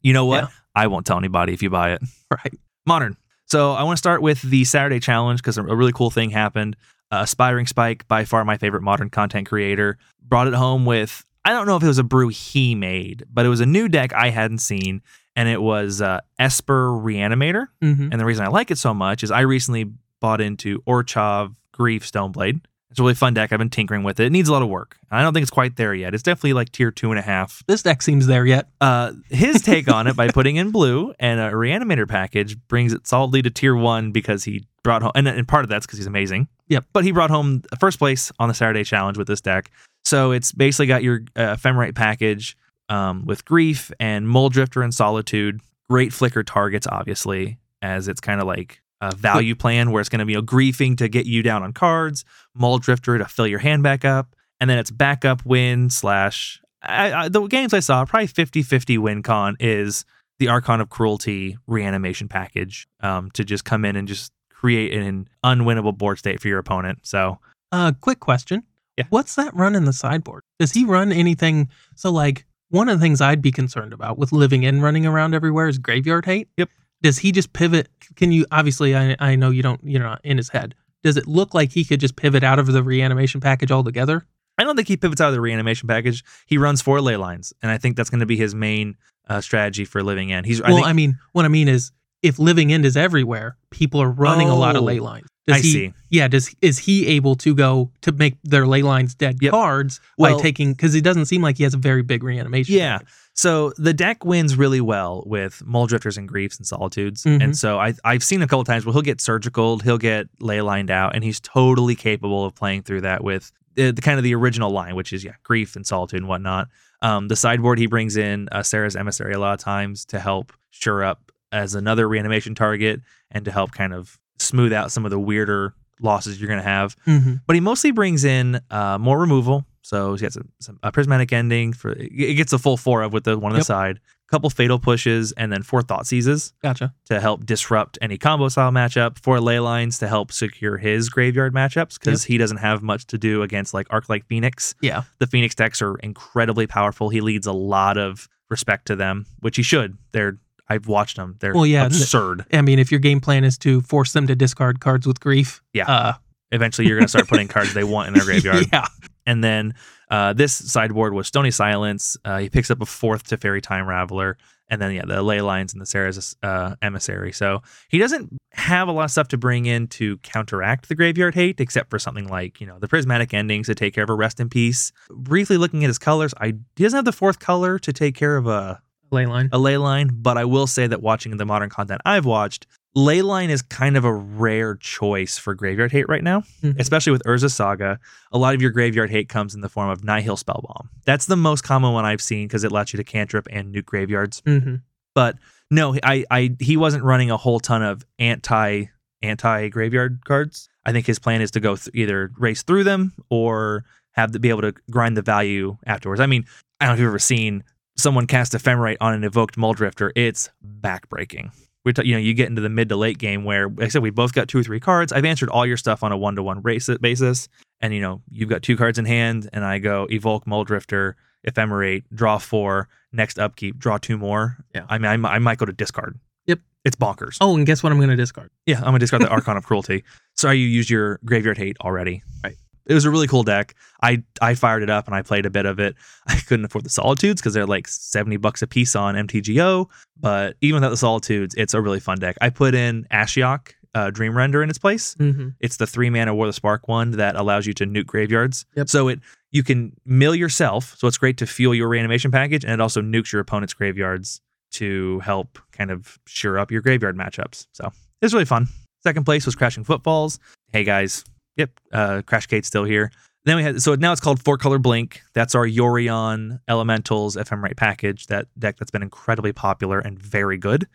Speaker 3: You know what?
Speaker 2: Yeah.
Speaker 3: I won't tell anybody if you buy it.
Speaker 2: Right.
Speaker 3: Modern. So I want to start with the Saturday challenge because a really cool thing happened. Uh, Aspiring Spike, by far my favorite modern content creator, brought it home with I don't know if it was a brew he made, but it was a new deck I hadn't seen, and it was uh, Esper Reanimator.
Speaker 2: Mhm.
Speaker 3: And the reason I like it so much is I recently bought into Orchov Grief Stoneblade. It's a really fun deck. I've been tinkering with it. It needs a lot of work. I don't think it's quite there yet. It's definitely like tier two and a half.
Speaker 2: This deck seems there yet.
Speaker 3: Uh, his take on it by putting in blue and a reanimator package brings it solidly to tier one because he brought home, and, and part of that's because he's amazing.
Speaker 2: Yep.
Speaker 3: But he brought home first place on the Saturday challenge with this deck. So it's basically got your uh, ephemerite package um, with grief and mole drifter and solitude. Great flicker targets, obviously, as it's kind of like a value plan where it's going to be a griefing to get you down on cards, mole drifter to fill your hand back up, and then it's backup win slash. I, I, the games I saw, probably 50 50 win con is the Archon of Cruelty reanimation package um, to just come in and just create an unwinnable board state for your opponent. So
Speaker 2: Uh, quick question.
Speaker 3: Yeah.
Speaker 2: What's that run in the sideboard? Does he run anything? So, like, one of the things I'd be concerned about with living in running around everywhere is graveyard hate.
Speaker 3: Yep.
Speaker 2: Does he just pivot? Can you, obviously, I, I know you don't, you're not in his head. Does it look like he could just pivot out of the reanimation package altogether?
Speaker 3: I don't think he pivots out of the reanimation package. He runs four ley lines, and I think that's going to be his main uh, strategy for living in. He's I
Speaker 2: well,
Speaker 3: think,
Speaker 2: I mean, what I mean is if living end is everywhere, people are running a lot of
Speaker 3: Oh,
Speaker 2: ley lines.
Speaker 3: I
Speaker 2: Does he,
Speaker 3: see.
Speaker 2: Yeah. Does is he able to go to make their ley lines dead
Speaker 3: Yep.
Speaker 2: cards
Speaker 3: Well-
Speaker 2: by taking? Because it doesn't seem like he has a very big reanimation.
Speaker 3: Yeah.
Speaker 2: package.
Speaker 3: So the deck wins really well with mole drifters and griefs and solitudes.
Speaker 2: Mhm.
Speaker 3: And so I I've seen a couple times where he'll get surgical, he'll get ley lined out, and he's totally capable of playing through that with the, the kind of the original line, which is yeah, grief and solitude and whatnot. Um, the sideboard he brings in uh, Sarah's emissary a lot of times to help sure up as another reanimation target and to help kind of smooth out some of the weirder losses you're going to have.
Speaker 2: Mm-hmm.
Speaker 3: But he mostly brings in uh, more removal. So he gets a, some, a prismatic ending for it gets a full four of with the one on the
Speaker 2: Yep.
Speaker 3: side, couple fatal pushes, and then four thought seizes
Speaker 2: Gotcha.
Speaker 3: to help disrupt any combo style matchup, four ley lines to help secure his graveyard matchups because he doesn't have much to do against like Arc like Phoenix.
Speaker 2: Yeah.
Speaker 3: The Phoenix decks are incredibly powerful. He leads a lot of respect to them, which he should. They're I've watched them. They're
Speaker 2: Well, yeah, and the-
Speaker 3: absurd.
Speaker 2: I mean, if your game plan is to force them to discard cards with grief,
Speaker 3: Yeah.
Speaker 2: uh,
Speaker 3: Eventually you're gonna start putting cards they want [LAUGHS] in their graveyard.
Speaker 2: [LAUGHS] yeah,
Speaker 3: And then uh, this sideboard was Stony Silence. Uh, he picks up a fourth to Fairy Time Raveler. And then, yeah, the Ley Lines and the Sarah's uh, Emissary. So he doesn't have a lot of stuff to bring in to counteract the graveyard hate, except for something like, you know, the Prismatic Endings to take care of a Rest in Peace. Briefly looking at his colors, I, he doesn't have the fourth color to take care of uh, a,
Speaker 2: ley line.
Speaker 3: a Ley Line, but I will say that watching the modern content I've watched, Ley Line is kind of a rare choice for graveyard hate right now
Speaker 2: Mhm.
Speaker 3: especially with Urza Saga, a lot of your graveyard hate comes in the form of Nihil Spellbomb. That's the most common one I've seen because it lets you to cantrip and nuke graveyards.
Speaker 2: Mhm.
Speaker 3: But no, I, I he wasn't running a whole ton of anti anti graveyard cards. I think his plan is to go th- either race through them or have to be able to grind the value afterwards. I mean, I don't know if you've ever seen someone cast Ephemerate on an evoked Mole Drifter. It's backbreaking. We're ta- you know you get into the mid to late game where like I said we both got two or three cards. I've answered all your stuff on a one to one basis, and you know you've got two cards in hand, and I go evoke Mole Drifter, Ephemerate, draw four, next upkeep, draw two more.
Speaker 2: Yeah.
Speaker 3: I mean I, mi- I might go to discard.
Speaker 2: Yep.
Speaker 3: it's bonkers.
Speaker 2: Oh, and guess what? I'm going to discard.
Speaker 3: Yeah, I'm gonna discard the Archon of Cruelty. Sorry, you used your Graveyard Hate already.
Speaker 2: Right.
Speaker 3: It was a really cool deck. I I fired it up and I played a bit of it. [LAUGHS] I couldn't afford the Solitudes because they're like seventy bucks a piece on MTGO. But even without the Solitudes, it's a really fun deck. I put in Ashiok, uh, Dream Render in its place.
Speaker 2: Mm-hmm.
Speaker 3: It's the three mana War of the Spark one that allows you to nuke graveyards.
Speaker 2: Yep.
Speaker 3: So it you can mill yourself. So it's great to fuel your reanimation package, and it also nukes your opponent's graveyards to help kind of sure up your graveyard matchups. So it's really fun. Second place was Crashing Footfalls. Hey guys, yep, uh, Crash Kate's still here. Then we had so now it's called Four Color Blink. That's our Yorion Elementals Ephemerate package. That deck that's been incredibly popular and very good.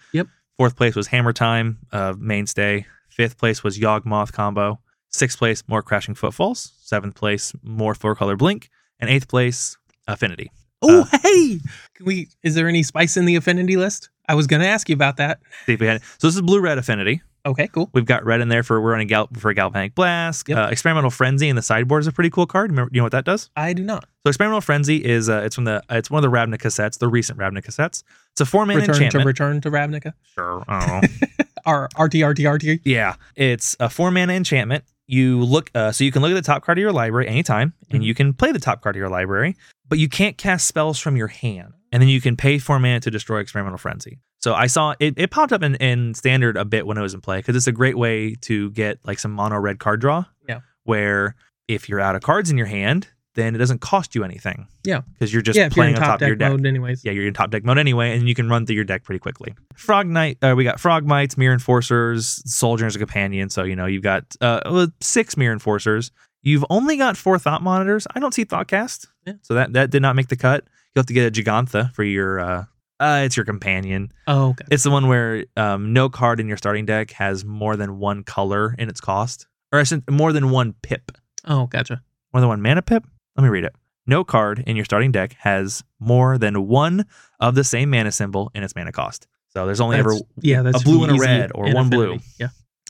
Speaker 3: Fourth place was Hammer Time, uh, mainstay. Fifth place was Yawgmoth combo. Sixth place, more Crashing Footfalls. Seventh place, more Four Color Blink. And eighth place, Affinity.
Speaker 2: Oh,
Speaker 3: Uh.
Speaker 2: hey, can we? Is there any spice in the affinity list? I was going to ask you about that.
Speaker 3: See if we had so this is blue red Affinity.
Speaker 2: Okay, cool.
Speaker 3: We've got red in there for we're on a gal for Galvanic Blast.
Speaker 2: Yep.
Speaker 3: Uh, Experimental Frenzy in the sideboard is a pretty cool card. Remember, you know what that does?
Speaker 2: I do not.
Speaker 3: So Experimental Frenzy is uh, it's from the it's one of the Ravnica sets, the recent Ravnica sets. It's a four man
Speaker 2: return to
Speaker 3: enchantment.
Speaker 2: return Oh. to Ravnica.
Speaker 3: sure, I don't know.
Speaker 2: R R T R T R T.
Speaker 3: Yeah, it's a four mana enchantment. You look, uh, so you can look at the top card of your library anytime, and
Speaker 2: Mhm.
Speaker 3: you can play the top card of your library, but you can't cast spells from your hand. And then you can pay four mana to destroy Experimental Frenzy. So I saw it, it popped up in, in standard a bit when it was in play because it's a great way to get like some mono red card draw.
Speaker 2: Yeah.
Speaker 3: Where if you're out of cards in your hand, then it doesn't cost you anything.
Speaker 2: Yeah.
Speaker 3: Because you're just
Speaker 2: yeah, if you're
Speaker 3: playing
Speaker 2: in
Speaker 3: on
Speaker 2: top,
Speaker 3: top, of
Speaker 2: deck
Speaker 3: your deck
Speaker 2: mode, anyways.
Speaker 3: yeah, you're in top deck mode anyway, and you can run through your deck pretty quickly. Frog Knight, uh, we got Frog Mites, Mirror Enforcers, Soldier as a Companion. So, you know, you've got uh, well, six Mirror Enforcers. You've only got four Thought Monitors. I don't see Thoughtcast.
Speaker 2: Yeah.
Speaker 3: So that, that did not make the cut. You'll have to get a Gigantha for your, uh, uh, it's your companion.
Speaker 2: Oh, okay.
Speaker 3: It's the one where um, no card in your starting deck has more than one color in its cost, or I said more than one pip.
Speaker 2: Oh, gotcha.
Speaker 3: More than one mana pip? Let me read it. No card in your starting deck has more than one of the same mana symbol in its mana cost. So there's only
Speaker 2: That's-
Speaker 3: ever
Speaker 2: yeah, that's
Speaker 3: blue and a
Speaker 2: easy
Speaker 3: red or
Speaker 2: in
Speaker 3: one blue.
Speaker 2: affinity. Yeah.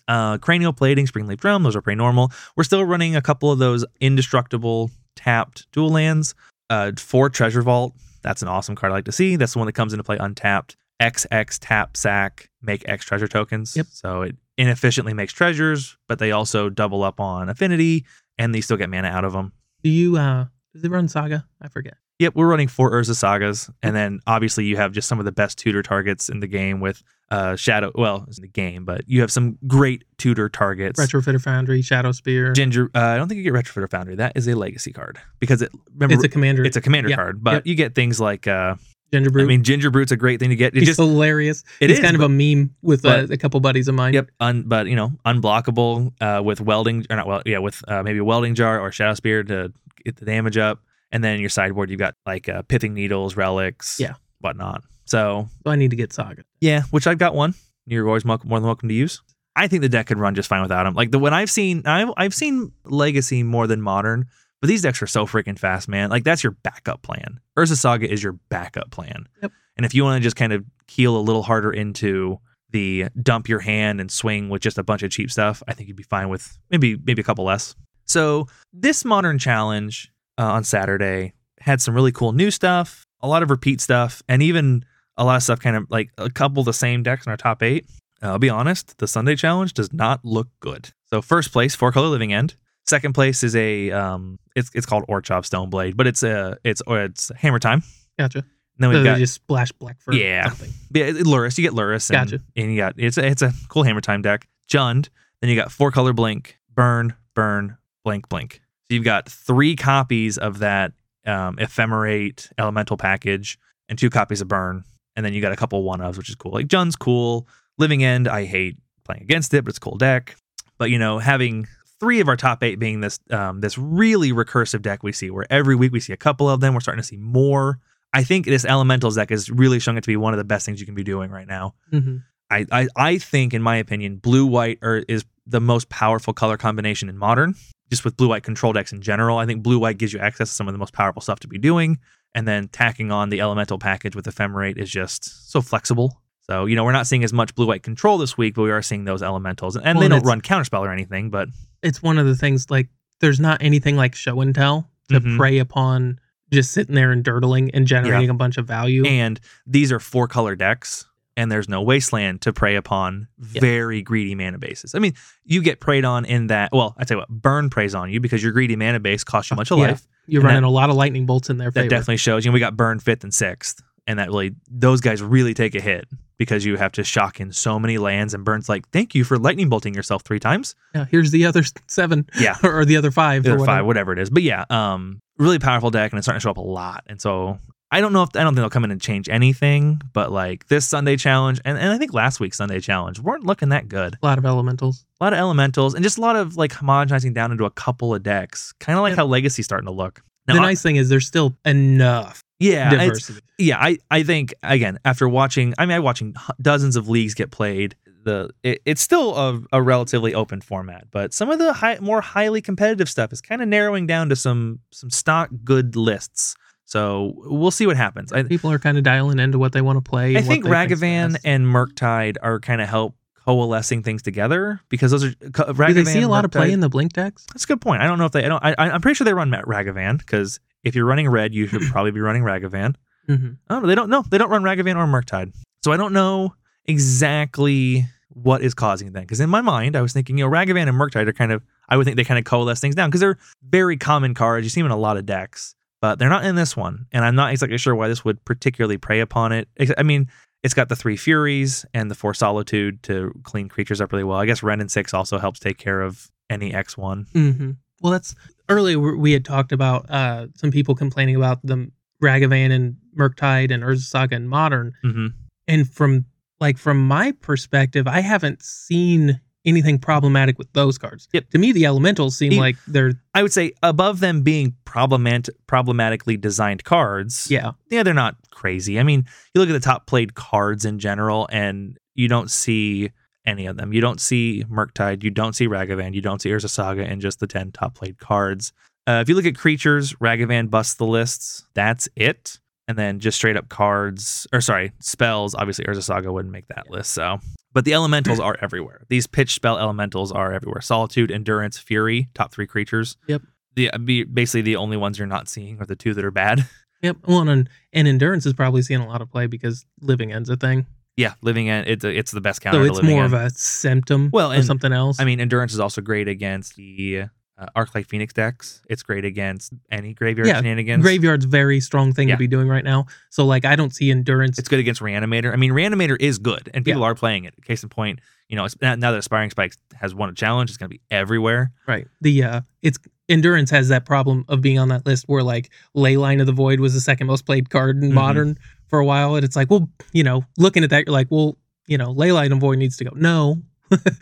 Speaker 3: uh, cranial plating, springleaf drum. Those are pretty normal. We're still running a couple of those indestructible tapped dual lands. Uh, for treasure vault, that's an awesome card I like to see. That's the one that comes into play untapped. XX tap sack make X treasure tokens.
Speaker 2: Yep.
Speaker 3: So it inefficiently makes treasures, but they also double up on affinity, and they still get mana out of them.
Speaker 2: Do you? uh Does it run Saga? I forget.
Speaker 3: Yep, we're running four Urza sagas, and then obviously you have just some of the best tutor targets in the game with uh Shadow. Well, it's in the game, but you have some great tutor targets.
Speaker 2: Retrofitter Foundry, Shadow Spear.
Speaker 3: Ginger. Uh, I don't think you get Retrofitter Foundry. That is a legacy card because it remember
Speaker 2: it's a commander. It's
Speaker 3: commander
Speaker 2: yeah,
Speaker 3: card, but
Speaker 2: yep.
Speaker 3: you get things like uh,
Speaker 2: Ginger
Speaker 3: I
Speaker 2: Brew.
Speaker 3: mean, Ginger Brute's a great thing to get. It
Speaker 2: He's
Speaker 3: just
Speaker 2: hilarious.
Speaker 3: it
Speaker 2: He's
Speaker 3: is,
Speaker 2: kind of a meme with uh,
Speaker 3: but-
Speaker 2: a couple buddies of mine.
Speaker 3: Yep. Un, but you know, unblockable uh, with welding or not well, yeah, with uh, maybe a welding jar or shadow spear to get the damage up. And then your sideboard, you've got like uh, pithing needles, relics,
Speaker 2: Yeah.
Speaker 3: whatnot. So
Speaker 2: So Oh, I need to get Saga.
Speaker 3: yeah, which I've got one. You're always welcome, more than welcome to use. I think the deck could run just fine without them. Like the when I've seen, I've I've seen Legacy more than Modern, but these decks are so freaking fast, man. Like that's your backup plan. Urza Saga is your backup plan.
Speaker 2: Yep.
Speaker 3: And if you want to just kind of keel a little harder into the dump your hand and swing with just a bunch of cheap stuff, I think you'd be fine with maybe maybe a couple less. So this Modern Challenge uh, on Saturday had some really cool new stuff, a lot of repeat stuff, and even a lot of stuff kind of like a couple of the same decks in our top eight. Uh, I'll be honest, the Sunday challenge does not look good. So first place, four color living end. Second place is a um, it's it's called Orchop Stoneblade, but it's a it's or it's Hammer Time.
Speaker 2: Gotcha.
Speaker 3: And then
Speaker 2: So
Speaker 3: we've
Speaker 2: they
Speaker 3: got
Speaker 2: just splash black for
Speaker 3: Yeah.
Speaker 2: something.
Speaker 3: yeah, Luris. You get Luris. And,
Speaker 2: Gotcha.
Speaker 3: And you got it's a, it's a cool Hammer Time deck. Jund. Then you got four color blink, burn, burn, blank, blink. So you've got three copies of that um, ephemerate elemental package and two copies of burn, and then you got a couple one ofs, which is cool. Like Jund's cool. Living End, I hate playing against it, but it's a cool deck. But you know, having three of our top eight being this um, this really recursive deck we see, where every week we see a couple of them. We're starting to see more. I think this Elementals deck is really showing it to be one of the best things you can be doing right now.
Speaker 2: hmm
Speaker 3: I, I, I think, in my opinion, blue white are, is the most powerful color combination in modern. Just with blue white control decks in general, I think blue white gives you access to some of the most powerful stuff to be doing. And then tacking on the elemental package with ephemerate is just so flexible. So you know we're not seeing as much blue white control this week, but we are seeing those elementals, and
Speaker 2: Well,
Speaker 3: they
Speaker 2: and
Speaker 3: don't
Speaker 2: it's-
Speaker 3: run counterspell or anything. But
Speaker 2: It's one of the things like there's not anything like show and tell to
Speaker 3: Mhm.
Speaker 2: prey upon just sitting there and dirtling and generating a bunch of value.
Speaker 3: and these are four color decks, and there's no wasteland to prey upon very greedy mana bases. I mean, you get preyed on in that. Well, I tell you what, burn preys on you because your greedy mana base costs you much of
Speaker 2: Yeah.
Speaker 3: life.
Speaker 2: You're
Speaker 3: and
Speaker 2: running a
Speaker 3: that-
Speaker 2: lot of lightning bolts in their
Speaker 3: that
Speaker 2: favor.
Speaker 3: definitely shows. You know, we got burned fifth and sixth, and that really those guys really take a hit because you have to shock in so many lands. And Burns like, thank you for lightning bolting yourself three times.
Speaker 2: yeah, here's the other s- seven [LAUGHS]
Speaker 3: Yeah,
Speaker 2: or the other five. or
Speaker 3: or five,
Speaker 2: whatever.
Speaker 3: whatever it is. But yeah, um, really powerful deck, and it's starting to show up a lot. And so I don't know if I don't think they'll come in and change anything. But like this Sunday challenge, and, and I think last week's Sunday challenge weren't looking that good.
Speaker 2: A lot of elementals.
Speaker 3: A lot of elementals and just a lot of like homogenizing down into a couple of decks, kind of like
Speaker 2: Yep.
Speaker 3: how Legacy's starting to look. Now,
Speaker 2: the
Speaker 3: I-
Speaker 2: nice thing is there's still enough
Speaker 3: yeah, it's-
Speaker 2: diversity.
Speaker 3: yeah, I, I think again after watching, I mean, I watching h- dozens of leagues get played. The it, it's still a, a relatively open format, but some of the high, more highly competitive stuff is kind of narrowing down to some some stock good lists. So we'll see what happens. I,
Speaker 2: People are kind of dialing into what they want to play.
Speaker 3: I
Speaker 2: and what
Speaker 3: think
Speaker 2: they think's
Speaker 3: Ragavan
Speaker 2: best.
Speaker 3: and Murktide are kind of help coalescing things together because those are uh, co- Ragavan.
Speaker 2: Do they see a lot of
Speaker 3: Murktide-
Speaker 2: play in the blink decks?
Speaker 3: that's a good point. I don't know if they. I don't. I, I- I'm pretty sure they run Ma- Ragavan because if you're running
Speaker 2: [CLEARS THROAT]
Speaker 3: red, you should probably be running Ragavan.
Speaker 2: Mm-hmm.
Speaker 3: Oh, they don't know. They don't run Ragavan or Murktide. So I don't know exactly what is causing that. Because in my mind, I was thinking, you know, Ragavan and Murktide are kind of, I would think they kind of coalesce things down because they're very common cards. You see them in a lot of decks, but they're not in this one. And I'm not exactly sure why this would particularly prey upon it. Ex- I mean, it's got the three Furies and the four Solitude to clean creatures up really well. I guess Ren and Six also helps take care of any X1.
Speaker 2: hmm Well, that's earlier we- we had talked about uh, some people complaining about the Ragavan and Murktide and Urza Saga and Modern,
Speaker 3: Mm-hmm.
Speaker 2: and from like from my perspective, I haven't seen anything problematic with those cards.
Speaker 3: Yep.
Speaker 2: To me, the elementals seem
Speaker 3: E-
Speaker 2: like they're
Speaker 3: I would say above them being problemat- problematically designed cards.
Speaker 2: yeah.
Speaker 3: yeah, they're not crazy. I mean, you look at the top played cards in general, and you don't see any of them. You don't see Murktide, you don't see Ragavan, you don't see Urza Saga, and just the 10 top played cards. Uh, if you look at creatures, Ragavan busts the lists. That's it. And then just straight up cards, or sorry, spells. Obviously, Urza Saga wouldn't make that list. So, but the elementals are everywhere. These pitch spell elementals are everywhere. Solitude, Endurance, Fury, top three creatures.
Speaker 2: Yep.
Speaker 3: The uh, be- basically the only ones you're not seeing are the two that are bad.
Speaker 2: Yep. Well, and and endurance is probably seeing a lot of play because living ends a thing,
Speaker 3: Yeah, living end. It's it's the best counter.
Speaker 2: so
Speaker 3: to
Speaker 2: it's
Speaker 3: living
Speaker 2: more
Speaker 3: end.
Speaker 2: of a symptom
Speaker 3: Well,
Speaker 2: of
Speaker 3: and-
Speaker 2: something else.
Speaker 3: I mean, endurance is also great against the uh, Arclight Phoenix decks. It's great against any graveyard
Speaker 2: Yeah,
Speaker 3: shenanigans.
Speaker 2: graveyard's very strong thing
Speaker 3: Yeah.
Speaker 2: to be doing right now. So like, I don't see endurance.
Speaker 3: It's good against Reanimator. I mean, Reanimator is good, and people are playing it. Case in point, you know, it's, now now that Aspiring Spikes has won a challenge, it's going to be
Speaker 2: [LAUGHS]
Speaker 3: everywhere.
Speaker 2: Right. The uh it's endurance has that problem of being on that list where like Leyline of the Void was the second most played card in
Speaker 3: Mhm.
Speaker 2: modern for a while and it's like, well, you know, looking at that you're like, well, you know, Leyline of the Void needs to go. No.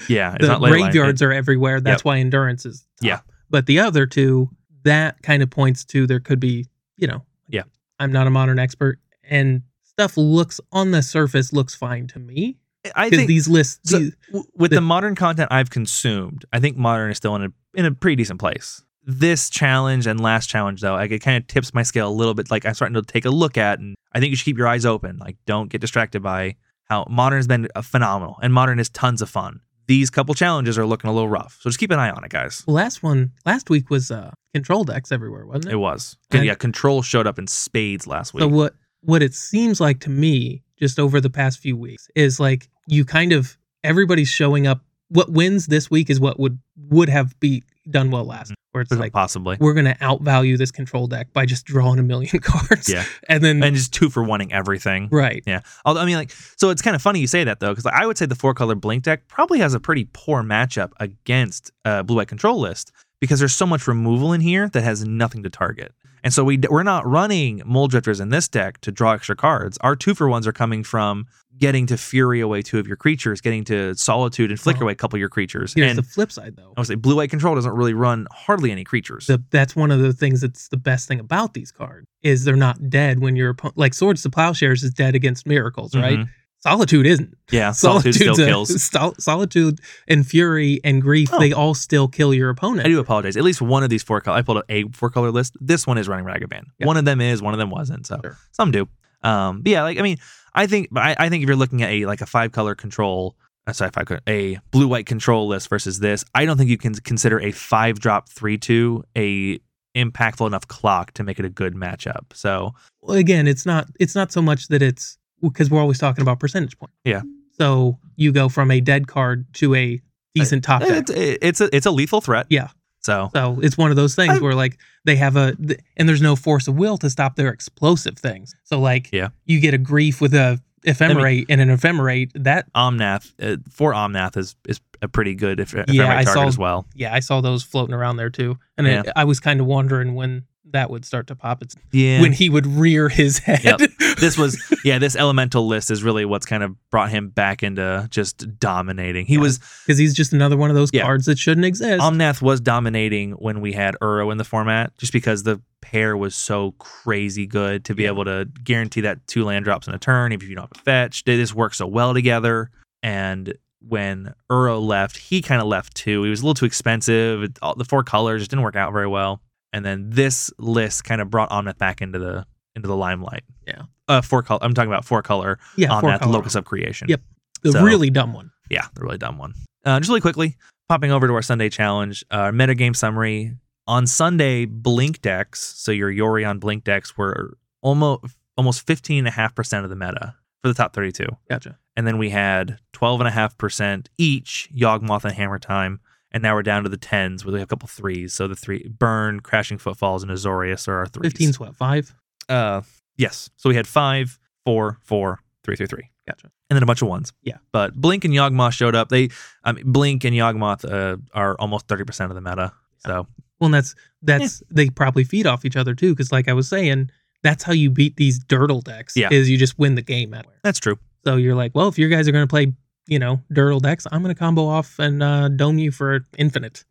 Speaker 3: Yeah, it's
Speaker 2: the
Speaker 3: not ley line.
Speaker 2: graveyards are everywhere. That's why endurance is top.
Speaker 3: Yeah.
Speaker 2: But the other two that kind of points to there could be you know,
Speaker 3: Yeah.
Speaker 2: I'm not a modern expert, and stuff looks on the surface looks fine to me
Speaker 3: I
Speaker 2: because
Speaker 3: think
Speaker 2: these lists.
Speaker 3: so-
Speaker 2: these-
Speaker 3: w- with
Speaker 2: the-
Speaker 3: the, modern content I've consumed, I think modern is still in a in a pretty decent place. This challenge and last challenge though, like it kind of tips my scale a little bit. Like I'm starting to take a look at, and I think you should keep your eyes open. Like don't get distracted by how modern has been uh, phenomenal, and modern is tons of fun. These couple challenges are looking a little rough, so just keep an eye on it, guys.
Speaker 2: well, last one last week was uh control decks everywhere, wasn't it?
Speaker 3: It was 'Cause,
Speaker 2: And-
Speaker 3: yeah, control showed up in spades last week.
Speaker 2: So what what it seems like to me just over the past few weeks is like you kind of everybody's showing up what wins this week is what would would have be done well last
Speaker 3: Mm-hmm.
Speaker 2: where it's like
Speaker 3: possibly,
Speaker 2: we're going to outvalue this control deck by just drawing a million [LAUGHS] cards
Speaker 3: Yeah.
Speaker 2: and then
Speaker 3: and just two for wanting everything.
Speaker 2: right
Speaker 3: Although I mean, like, so it's kind of funny you say that though, because I would say the four color blink deck probably has a pretty poor matchup against uh, blue white control list because there's so much removal in here that has nothing to target, and so we d- we're not running mole drifters in this deck to draw extra cards. Our two for ones are coming from getting to fury away two of your creatures, getting to solitude and flicker
Speaker 2: Well,
Speaker 3: away a couple of your creatures,
Speaker 2: here's
Speaker 3: and Oh,
Speaker 2: the flip side though
Speaker 3: I would say blue white control doesn't really run hardly any creatures.
Speaker 2: the, that's one of the things that's the best thing about these cards is they're not dead when your opponent like swords to plowshares is dead against miracles right
Speaker 3: Mhm.
Speaker 2: solitude isn't
Speaker 3: Yeah, solitude
Speaker 2: [LAUGHS]
Speaker 3: still
Speaker 2: Solitude's a-
Speaker 3: kills.
Speaker 2: [LAUGHS] sol- solitude and fury and grief,
Speaker 3: Oh.
Speaker 2: they all still kill your opponent.
Speaker 3: I do apologize. At least one of these four color. I pulled up a four color list. This one is running Ragavan.
Speaker 2: Yeah.
Speaker 3: One of them is. One of them wasn't. So
Speaker 2: Sure.
Speaker 3: some do. Um, but yeah, like I mean, I think, but I, I think if you're looking at a like a five color control, uh, sorry, five color, a blue white control list versus this, I don't think you can consider a five drop three two a impactful enough clock to make it a good matchup. So
Speaker 2: Well, Again, it's not it's not so much that it's because we're always talking about percentage point.
Speaker 3: Yeah.
Speaker 2: So you go from a dead card to a decent top deck.
Speaker 3: it's it's a it's a lethal threat.
Speaker 2: Yeah.
Speaker 3: So
Speaker 2: So it's one of those things
Speaker 3: I'm-
Speaker 2: where like they have a th- and there's no force of will to stop their explosive things. So like
Speaker 3: Yeah.
Speaker 2: you get a grief with a ephemerate and an ephemerate that
Speaker 3: Omnath uh, for Omnath is is a pretty good if, if
Speaker 2: Yeah, I
Speaker 3: target
Speaker 2: saw-
Speaker 3: as well.
Speaker 2: yeah, I saw those floating around there too. And I-
Speaker 3: Yeah.
Speaker 2: I was kind of wondering when that would start to pop. It's
Speaker 3: Yeah.
Speaker 2: when he would rear his head.
Speaker 3: Yep.
Speaker 2: [LAUGHS]
Speaker 3: this was yeah this elemental list is really what's kind of brought him back into just dominating he
Speaker 2: Yeah.
Speaker 3: was
Speaker 2: because he's just another one of those
Speaker 3: Yeah.
Speaker 2: cards that shouldn't exist.
Speaker 3: omnath was dominating when we had uro in the format just because the pair was so crazy good to be able to guarantee that two land drops in a turn if you don't have a fetch they just work so well together and when uro left he kind of left too he was a little too expensive It- all, the four colors just didn't work out very well and then this list kind of brought omnath back into the into the limelight
Speaker 2: Yeah.
Speaker 3: uh, four color. I'm talking about four color
Speaker 2: yeah,
Speaker 3: on
Speaker 2: four
Speaker 3: that
Speaker 2: color.
Speaker 3: locus of creation.
Speaker 2: Yep. the
Speaker 3: so-
Speaker 2: really dumb one.
Speaker 3: Yeah, the really dumb one. Uh, just really quickly, popping over to our Sunday challenge, uh, our metagame summary. On Sunday, blink decks, so your Yori on blink decks were almost almost 15.5% of the meta for the top 32.
Speaker 2: Gotcha.
Speaker 3: And then we had 12.5% each, Yawgmoth and Hammer Time. And now we're down to the tens, where we have a couple threes. So the three Burn, Crashing Footfalls, and Azorius are our threes.
Speaker 2: 15's what five.
Speaker 3: Uh, yes. So we had five, four, four, three, three, three
Speaker 2: Gotcha.
Speaker 3: and then a bunch of ones.
Speaker 2: Yeah.
Speaker 3: But Blink and Yawgmoth showed up. They, I mean, Blink and Yawgmoth uh, are almost 30% of the meta. So,
Speaker 2: Well, and that's that's they probably feed off each other too, because like I was saying, that's how you beat these dirtle decks.
Speaker 3: Yeah.
Speaker 2: is you just win the game at
Speaker 3: that's true.
Speaker 2: So you're like, well, if your guys are gonna play, you know, dirtle decks, I'm gonna combo off and uh, dome you for infinite.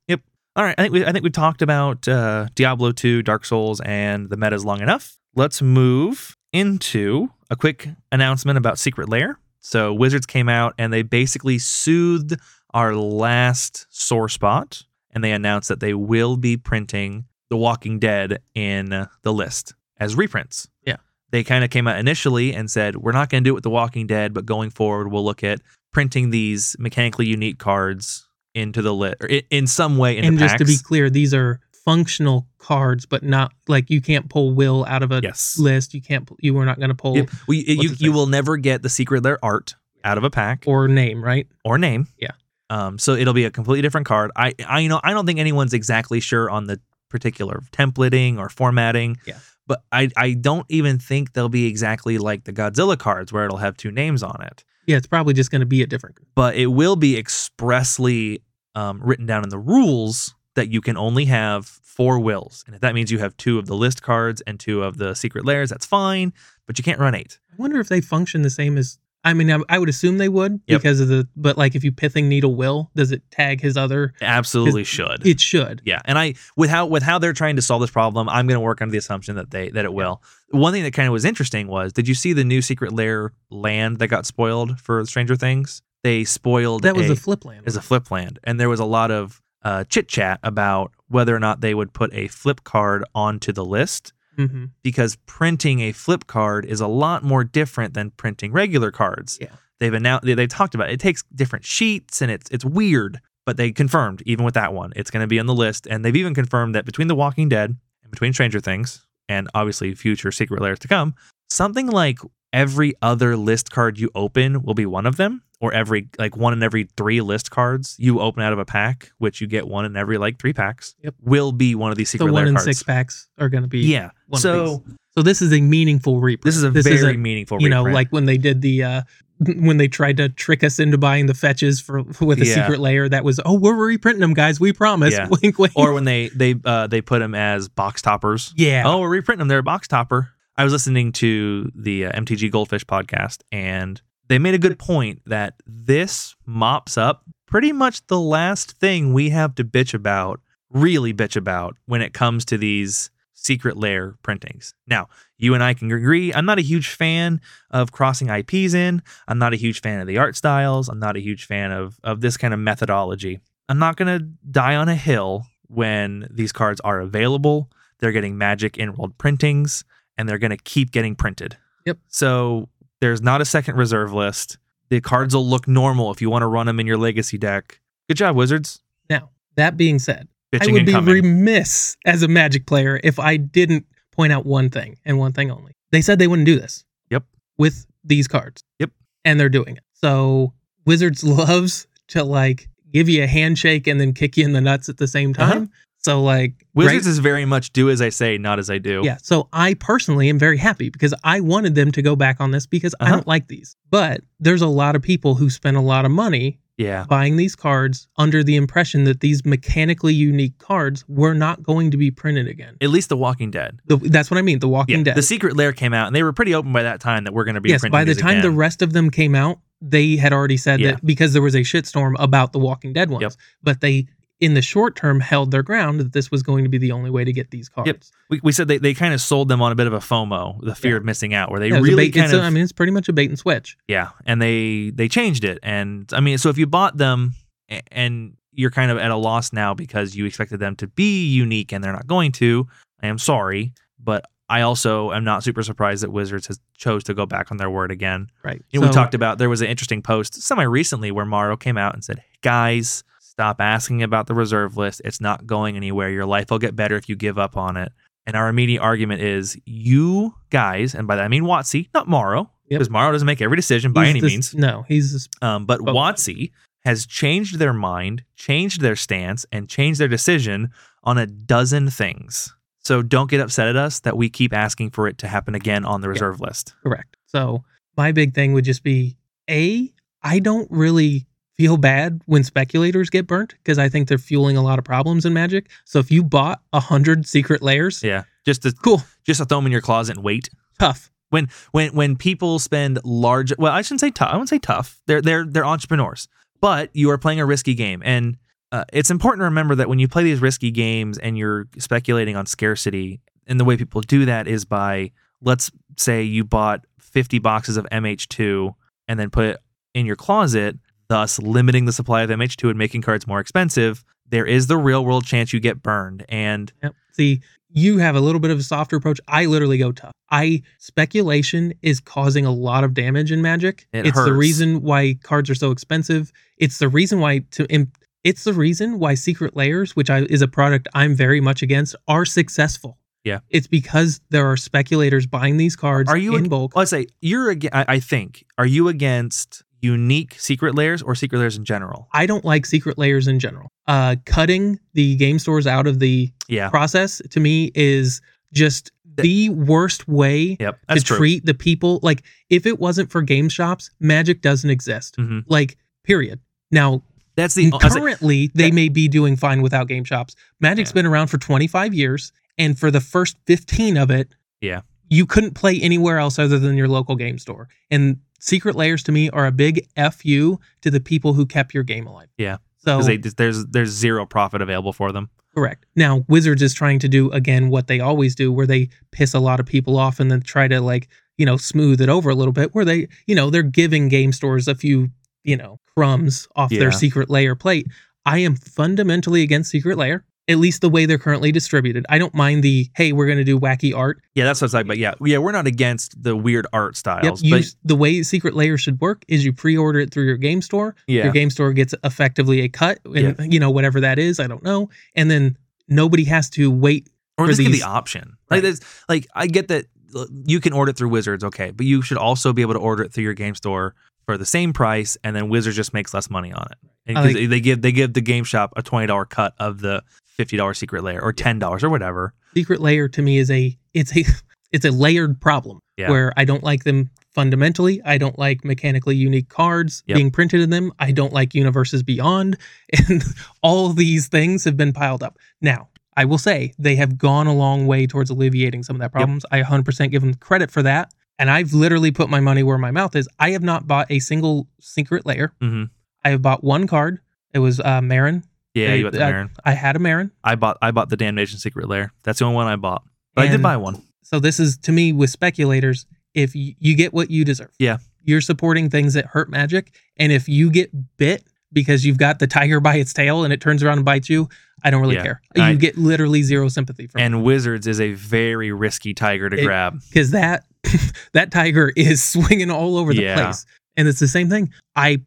Speaker 3: All right, I think we I think we talked about uh, Diablo 2, Dark Souls and the metas long enough. Let's move into a quick announcement about Secret Lair. So Wizards came out and they basically soothed our last sore spot and they announced that they will be printing The Walking Dead in the list as reprints.
Speaker 2: Yeah.
Speaker 3: They kind of came out initially and said, "We're not going to do it with The Walking Dead, but going forward we'll look at printing these mechanically unique cards into the list or i- in some way into
Speaker 2: and just to be
Speaker 3: packs.
Speaker 2: clear, these are functional cards, but not like you can't pull will out of a
Speaker 3: yes
Speaker 2: list. You can't. You are not gonna pull
Speaker 3: Yep. we, you,
Speaker 2: his face?
Speaker 3: you will never get the secret lair art out of a pack or,
Speaker 2: or name, right?
Speaker 3: name
Speaker 2: Yeah.
Speaker 3: um so it'll be a completely different card i i you know i don't think anyone's exactly sure on the particular templating or formatting
Speaker 2: Yeah.
Speaker 3: but i i don't even think they'll be exactly like the godzilla cards where it'll have two names on it
Speaker 2: Yeah, it's probably just going to be a different.
Speaker 3: but it will be expressly um, written down in the rules that you can only have four wills. And if that means you have two of the list cards and two of the secret layers, that's fine, but you can't run eight.
Speaker 2: I wonder if they function the same as I mean, I, I would assume they would
Speaker 3: Yep.
Speaker 2: because of the. But like, if you pithing needle will, does it tag his other?
Speaker 3: [LAUGHS] Absolutely should.
Speaker 2: It should.
Speaker 3: Yeah, and I with how with how they're trying to solve this problem, I'm going to work under the assumption that they that it will. One thing that kind of was interesting was, did you see the new secret lair land that got spoiled for Stranger Things? They spoiled
Speaker 2: That was
Speaker 3: a-
Speaker 2: the flip land.
Speaker 3: is a flip land, and there was a lot of uh, chit chat about whether or not they would put a flip card onto the list
Speaker 2: hmm
Speaker 3: because printing a flip card is a lot more different than printing regular cards.
Speaker 2: Yeah.
Speaker 3: They've announced they, they've talked about it. it takes different sheets and it's it's weird, but they confirmed even with that one it's going to be on the list and they've even confirmed that between The Walking Dead and between Stranger Things and obviously future secret layers to come, something like every other list card you open will be one of them or every like one in every 3 list cards you open out of a pack, which you get one in every like 3 packs,
Speaker 2: Yep.
Speaker 3: will be one of these secret
Speaker 2: The one
Speaker 3: lair
Speaker 2: in
Speaker 3: cards.
Speaker 2: six packs are going to be.
Speaker 3: yeah.
Speaker 2: one of
Speaker 3: so
Speaker 2: these. So this is a meaningful reprint.
Speaker 3: this is a very meaningful.
Speaker 2: you know
Speaker 3: reprint.
Speaker 2: like when they did the uh [LAUGHS] when they tried to trick us into buying the fetches for with a
Speaker 3: Yeah.
Speaker 2: secret layer that was oh we're reprinting them guys we promise
Speaker 3: Yeah.
Speaker 2: [LAUGHS] wink wink
Speaker 3: or when they they uh, they put them as box toppers.
Speaker 2: yeah
Speaker 3: Oh, we're reprinting them. They're a box topper. I was listening to the uh, MTG Goldfish podcast, and they made a good point that this mops up pretty much the last thing we have to bitch about, really bitch about, when it comes to these secret layer printings. Now, you and I can agree. I'm not a huge fan of crossing IPs in. I'm not a huge fan of the art styles. I'm not a huge fan of of this kind of methodology. I'm not gonna die on a hill when these cards are available. They're getting magic in world printings, and they're gonna keep getting printed.
Speaker 2: Yep.
Speaker 3: So there's not a second reserve list. The cards will look normal if you want to run them in your legacy deck. Good job, Wizards.
Speaker 2: now that being said
Speaker 3: Bitching
Speaker 2: i would
Speaker 3: and
Speaker 2: be
Speaker 3: coming.
Speaker 2: remiss as a magic player if i didn't point out one thing and one thing only they said they wouldn't do this
Speaker 3: Yep.
Speaker 2: with these cards
Speaker 3: Yep.
Speaker 2: and they're doing it so wizards [LAUGHS] loves to like give you a handshake and then kick you in the nuts at the same
Speaker 3: Uh-huh.
Speaker 2: time so like right-
Speaker 3: Wizards is very much do as I say, not as I do.
Speaker 2: Yeah. So I personally am very happy because I wanted them to go back on this because I
Speaker 3: Uh-huh.
Speaker 2: don't like these. But there's a lot of people who spend a lot of money
Speaker 3: Yeah.
Speaker 2: buying these cards under the impression that these mechanically unique cards were not going to be printed again.
Speaker 3: At least The Walking Dead.
Speaker 2: The, that's what I mean. The Walking Dead.
Speaker 3: The Secret Lair came out, and they were pretty open by that time that we're going to be.
Speaker 2: yes.
Speaker 3: printing
Speaker 2: By the
Speaker 3: these
Speaker 2: time the
Speaker 3: again.
Speaker 2: rest of them came out, they had already said
Speaker 3: Yeah.
Speaker 2: that because there was a shitstorm about the Walking Dead ones.
Speaker 3: Yep.
Speaker 2: But they, in the short term, held their ground that this was going to be the only way to get these cards.
Speaker 3: we, we said they, they kind of sold them on a bit of a FOMO, the fear of missing out, where they
Speaker 2: Yeah, it was a
Speaker 3: really
Speaker 2: bait-
Speaker 3: kind
Speaker 2: it's a-
Speaker 3: of
Speaker 2: I mean, it's pretty much a bait and switch.
Speaker 3: yeah, and they they changed it, and I mean, so if you bought them a- and you're kind of at a loss now because you expected them to be unique and they're not going to, I am sorry, but I also am not super surprised that Wizards has chose to go back on their word again.
Speaker 2: Right.
Speaker 3: You know, we
Speaker 2: So-
Speaker 3: talked about there was an interesting post semi recently where Morrow came out and said, "Guys, stop asking about the reserve list. It's not going anywhere. Your life will get better if you give up on it." And our immediate argument is, you guys, and by that I mean Watsy, not Morrow,
Speaker 2: Yep.
Speaker 3: because Morrow doesn't make every decision by
Speaker 2: He's
Speaker 3: any
Speaker 2: the-
Speaker 3: means.
Speaker 2: No, he's the
Speaker 3: Um, but
Speaker 2: But-
Speaker 3: Watsy has changed their mind, changed their stance, and changed their decision on a dozen things. So don't get upset at us that we keep asking for it to happen again on the reserve list.
Speaker 2: Correct. So my big thing would just be a. I don't really feel bad when speculators get burnt because I think they're fueling a lot of problems in Magic. So if you bought a hundred secret layers,
Speaker 3: Yeah, just to
Speaker 2: cool,
Speaker 3: just to throw them in your closet and wait.
Speaker 2: tough.
Speaker 3: when when people spend large well i shouldn't say tough i wouldn't say tough they're they're they're entrepreneurs but you are playing a risky game and uh, it's important to remember that when you play these risky games and you're speculating on scarcity and the way people do that is by let's say you bought 50 boxes of mh2 and then put it in your closet thus limiting the supply of mh2 and making cards more expensive there is the real world chance you get burned and
Speaker 2: Yep. See, you have a little bit of a softer approach. I literally go tough. I speculation is causing a lot of damage in Magic.
Speaker 3: It
Speaker 2: it's the
Speaker 3: hurts.
Speaker 2: reason why cards are so expensive. It's the reason why to. im it's the reason why secret layers, which I, is a product I'm very much against, are successful.
Speaker 3: Yeah.
Speaker 2: it's because there are speculators buying these cards
Speaker 3: Are you
Speaker 2: in
Speaker 3: ag-
Speaker 2: bulk.
Speaker 3: Well, I say you're again. I, I think are you against unique secret layers or secret layers in general?
Speaker 2: I don't like secret layers in general. Uh, cutting the game stores out of the
Speaker 3: Yeah,
Speaker 2: process to me is just the worst way
Speaker 3: yep, that's
Speaker 2: to
Speaker 3: true.
Speaker 2: treat the people like if it wasn't for game shops magic doesn't exist
Speaker 3: Mhm.
Speaker 2: like period now
Speaker 3: oh, That's the I say,
Speaker 2: currently they
Speaker 3: Yeah.
Speaker 2: may be doing fine without game shops magic's
Speaker 3: Yeah.
Speaker 2: been around for 25 years and for the first 15 of it
Speaker 3: Yeah.
Speaker 2: you couldn't play anywhere else other than your local game store and secret layers to me are a big fu to the people who kept your game alive.
Speaker 3: Yeah.
Speaker 2: So
Speaker 3: 'Cause they- there's there's zero profit available for them.
Speaker 2: Correct. Now, Wizards is trying to do again what they always do, where they piss a lot of people off and then try to like, you know, smooth it over a little bit, where they, you know, they're giving game stores a few, you know, crumbs off
Speaker 3: Yeah.
Speaker 2: their secret layer plate. I am fundamentally against secret layer, at least the way they're currently distributed. I don't mind the, hey, we're going to do wacky art.
Speaker 3: Yeah, that's what it's like. But yeah, yeah, we're not against the weird art
Speaker 2: Yep.
Speaker 3: styles.
Speaker 2: You,
Speaker 3: but
Speaker 2: the way secret layer should work is you pre order it through your game store.
Speaker 3: yeah,
Speaker 2: your game store gets effectively a cut and
Speaker 3: Yeah.
Speaker 2: you know whatever that is i don't know and then nobody has to wait
Speaker 3: or
Speaker 2: for
Speaker 3: just give
Speaker 2: these-
Speaker 3: the option. Like,
Speaker 2: Right.
Speaker 3: there's, like I get that l- you can order it through Wizards, okay, but you should also be able to order it through your game store for the same price, and then Wizards just makes less money on it. And
Speaker 2: I
Speaker 3: 'cause
Speaker 2: like-
Speaker 3: they give they give the game shop a twenty dollar cut of the fifty dollar secret layer or ten dollars or whatever.
Speaker 2: secret layer to me is a it's a [LAUGHS] it's a layered problem
Speaker 3: Yeah.
Speaker 2: where i don't like them fundamentally i don't like mechanically unique cards
Speaker 3: Yep.
Speaker 2: being printed in them i don't like universes beyond [LAUGHS] and all these things have been piled up now i will say they have gone a long way towards alleviating some of that problems i 100% give them credit for that and i've literally put my money where my mouth is i have not bought a single secret layer
Speaker 3: Mm-hmm.
Speaker 2: I have bought one card. It was uh, Marin.
Speaker 3: Yeah,
Speaker 2: Hey,
Speaker 3: you got the
Speaker 2: that-
Speaker 3: Marin.
Speaker 2: I had a Marin.
Speaker 3: I bought I bought the damnation secret layer. That's the only one I bought. But I did
Speaker 2: And-
Speaker 3: buy one.
Speaker 2: So this is to me with speculators. If you, you get what you deserve,
Speaker 3: Yeah.
Speaker 2: you're supporting things that hurt magic. And if you get bit because you've got the tiger [LAUGHS] by its tail and it turns around and bites you, I don't really
Speaker 3: Yeah.
Speaker 2: care.
Speaker 3: I-
Speaker 2: you get literally zero sympathy from
Speaker 3: And Wizards is a very risky tiger to
Speaker 2: It-
Speaker 3: grab.
Speaker 2: because that [LAUGHS] that tiger is [LAUGHS] swinging all over the
Speaker 3: Yeah.
Speaker 2: place. And it's the same thing. I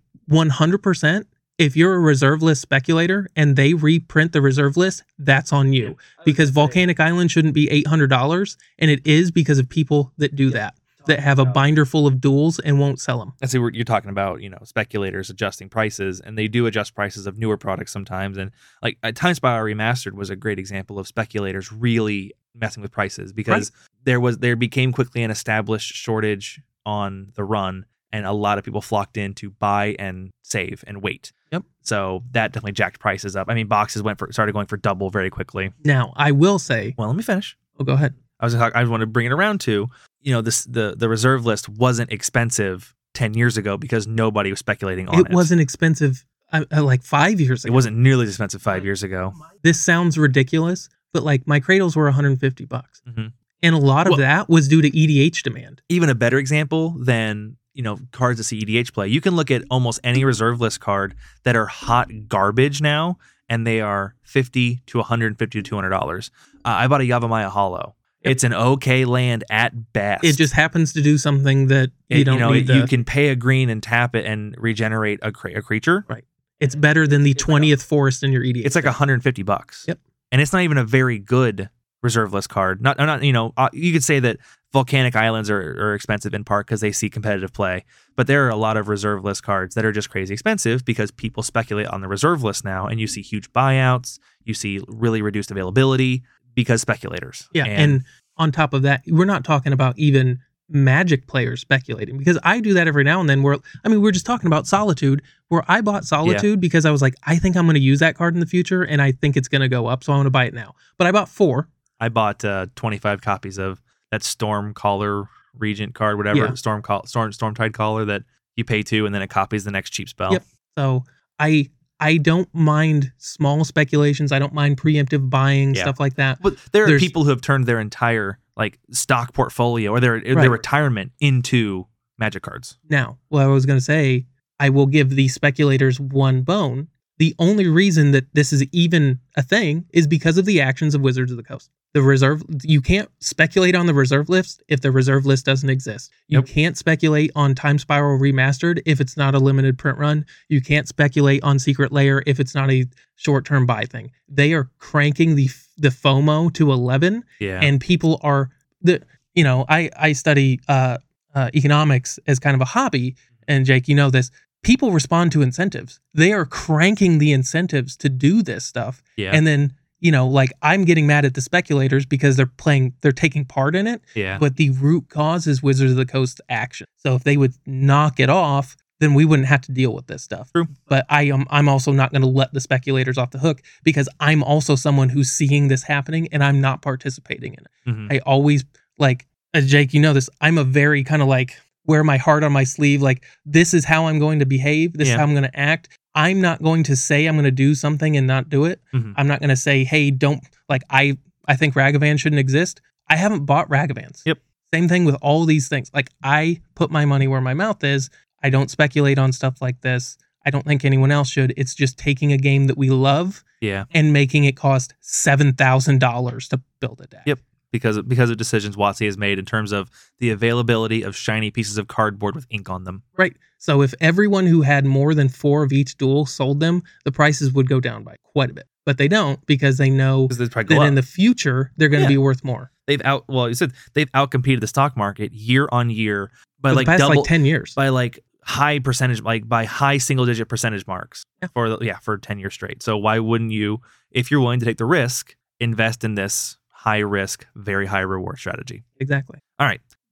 Speaker 2: 100%. If you're a reserve list speculator and they reprint the reserve list, that's on you. because Volcanic Island shouldn't be eight hundred dollars, and it is because of people that do that that have a binder full of duels and won't sell them.
Speaker 3: And so we're, you're talking about you know speculators adjusting prices, and they do adjust prices of newer products sometimes. And like uh, Time Spiral Remastered was a great example of speculators really messing with prices because there was there became quickly an established shortage on the run, and a lot of people flocked in to buy and save and wait.
Speaker 2: Yep.
Speaker 3: So that definitely jacked prices up. I mean, boxes went for started going for double very quickly.
Speaker 2: Now, I will say,
Speaker 3: Well, let me finish.
Speaker 2: oh, go ahead.
Speaker 3: I was talk- I want to bring it around to you know this the the reserve list wasn't expensive ten years ago because nobody was speculating on it.
Speaker 2: It wasn't expensive uh, uh, like five years
Speaker 3: It
Speaker 2: ago.
Speaker 3: wasn't nearly as expensive five years ago.
Speaker 2: This sounds ridiculous, but like my cradles were 150 bucks,
Speaker 3: Mhm.
Speaker 2: and a lot of
Speaker 3: Well-
Speaker 2: that was due to EDH demand.
Speaker 3: Even a better example than you know cards that see EDH play. You can look at almost any reserve list card that are hot garbage now, and they are fifty to one hundred and fifty to two hundred dollars. Uh, I bought a Yavamaya Hollow.
Speaker 2: Yep.
Speaker 3: It's an okay land at best.
Speaker 2: It just happens to do something that
Speaker 3: It-
Speaker 2: you don't
Speaker 3: know
Speaker 2: need.
Speaker 3: it- you
Speaker 2: to-
Speaker 3: can pay a green and tap it and regenerate a, cre- a creature.
Speaker 2: it's better than the 20th forest in your E EDH.
Speaker 3: It's like 150 bucks.
Speaker 2: Yep.
Speaker 3: And it's not even a very good reserve list card. Not, not you know, uh, you could say that volcanic islands are, are expensive in part because they see competitive play, but there are a lot of reserve list cards that are just crazy expensive because people speculate on the reserve list now, and you see huge buyouts, you see really reduced availability because speculators.
Speaker 2: Yeah, and, on top of that, we're not talking about even magic players speculating because I do that every now and then. Where I mean, we're just talking about solitude. Where I bought solitude because I was like, I think I'm going to use that card in the future, and I think it's going to go up, so I'm going to buy it now. But I bought four.
Speaker 3: I bought uh, 25 copies of that Storm Caller Regent card, whatever
Speaker 2: Yeah.
Speaker 3: Storm Call Storm Stormtide Caller that you pay to, and then it copies the next cheap spell.
Speaker 2: Yep. So I I don't mind small speculations. I don't mind preemptive buying
Speaker 3: Yeah.
Speaker 2: stuff like that.
Speaker 3: But there are
Speaker 2: There's-
Speaker 3: people who have turned their entire like stock portfolio or their their
Speaker 2: Right.
Speaker 3: retirement into magic cards.
Speaker 2: Now, what I was going to say, I will give the speculators one bone. The only reason that this is even a thing is because of the actions of Wizards of the Coast. The reserve, you can't speculate on the reserve list if the reserve list doesn't exist. You
Speaker 3: Yep.
Speaker 2: can't speculate on Time Spiral Remastered if it's not a limited print run. You can't speculate on Secret Layer if it's not a short term buy thing. They are cranking the the FOMO to 11
Speaker 3: Yeah.
Speaker 2: and people are the you know i i study uh, uh economics as kind of a hobby
Speaker 3: Mm-hmm.
Speaker 2: and jake you know this people respond to incentives they are cranking the incentives to do this stuff
Speaker 3: yeah.
Speaker 2: and then you know like i'm getting mad at the speculators because they're playing they're taking part in it
Speaker 3: yeah.
Speaker 2: but the root cause is wizards of the coast action so if they would knock it off then we wouldn't have to deal with this stuff
Speaker 3: True.
Speaker 2: but i am i'm also not going to let the speculators off the hook because i'm also someone who's seeing this happening and i'm not participating in it
Speaker 3: Mhm.
Speaker 2: uh, I always like as Jake, you know this. I'm a very kind of like wear my heart on my sleeve. Like, this is how I'm going to behave. This
Speaker 3: Yeah.
Speaker 2: is how I'm going to act. I'm not going to say I'm going to do something and not do it.
Speaker 3: Mhm.
Speaker 2: I'm not going to say, hey, don't like I. I think Ragavan shouldn't exist. I haven't bought Ragavans.
Speaker 3: Yep.
Speaker 2: Same thing with all these things. Like I put my money where my mouth is. I don't speculate on stuff like this. I don't think anyone else should. It's just taking a game that we love
Speaker 3: Yeah,
Speaker 2: and making it cost seven thousand dollars to build a deck.
Speaker 3: Yep. because of, because of decisions Watsy has made in terms of the availability of shiny pieces of cardboard with ink on them.
Speaker 2: Right. So if everyone who had more than four of each duel sold them, the prices would go down by quite a bit. But they don't because they know
Speaker 3: Because they probably go
Speaker 2: that
Speaker 3: up.
Speaker 2: in the future they're going to
Speaker 3: Yeah.
Speaker 2: be worth more.
Speaker 3: they've out well, you said they've outcompeted the stock market year on year by
Speaker 2: For
Speaker 3: like
Speaker 2: the past
Speaker 3: double
Speaker 2: like ten years.
Speaker 3: by like high percentage like by high single digit percentage marks
Speaker 2: Yeah.
Speaker 3: for the, yeah for 10 years straight so why wouldn't you if you're willing to take the risk invest in this high risk very high reward strategy
Speaker 2: Exactly.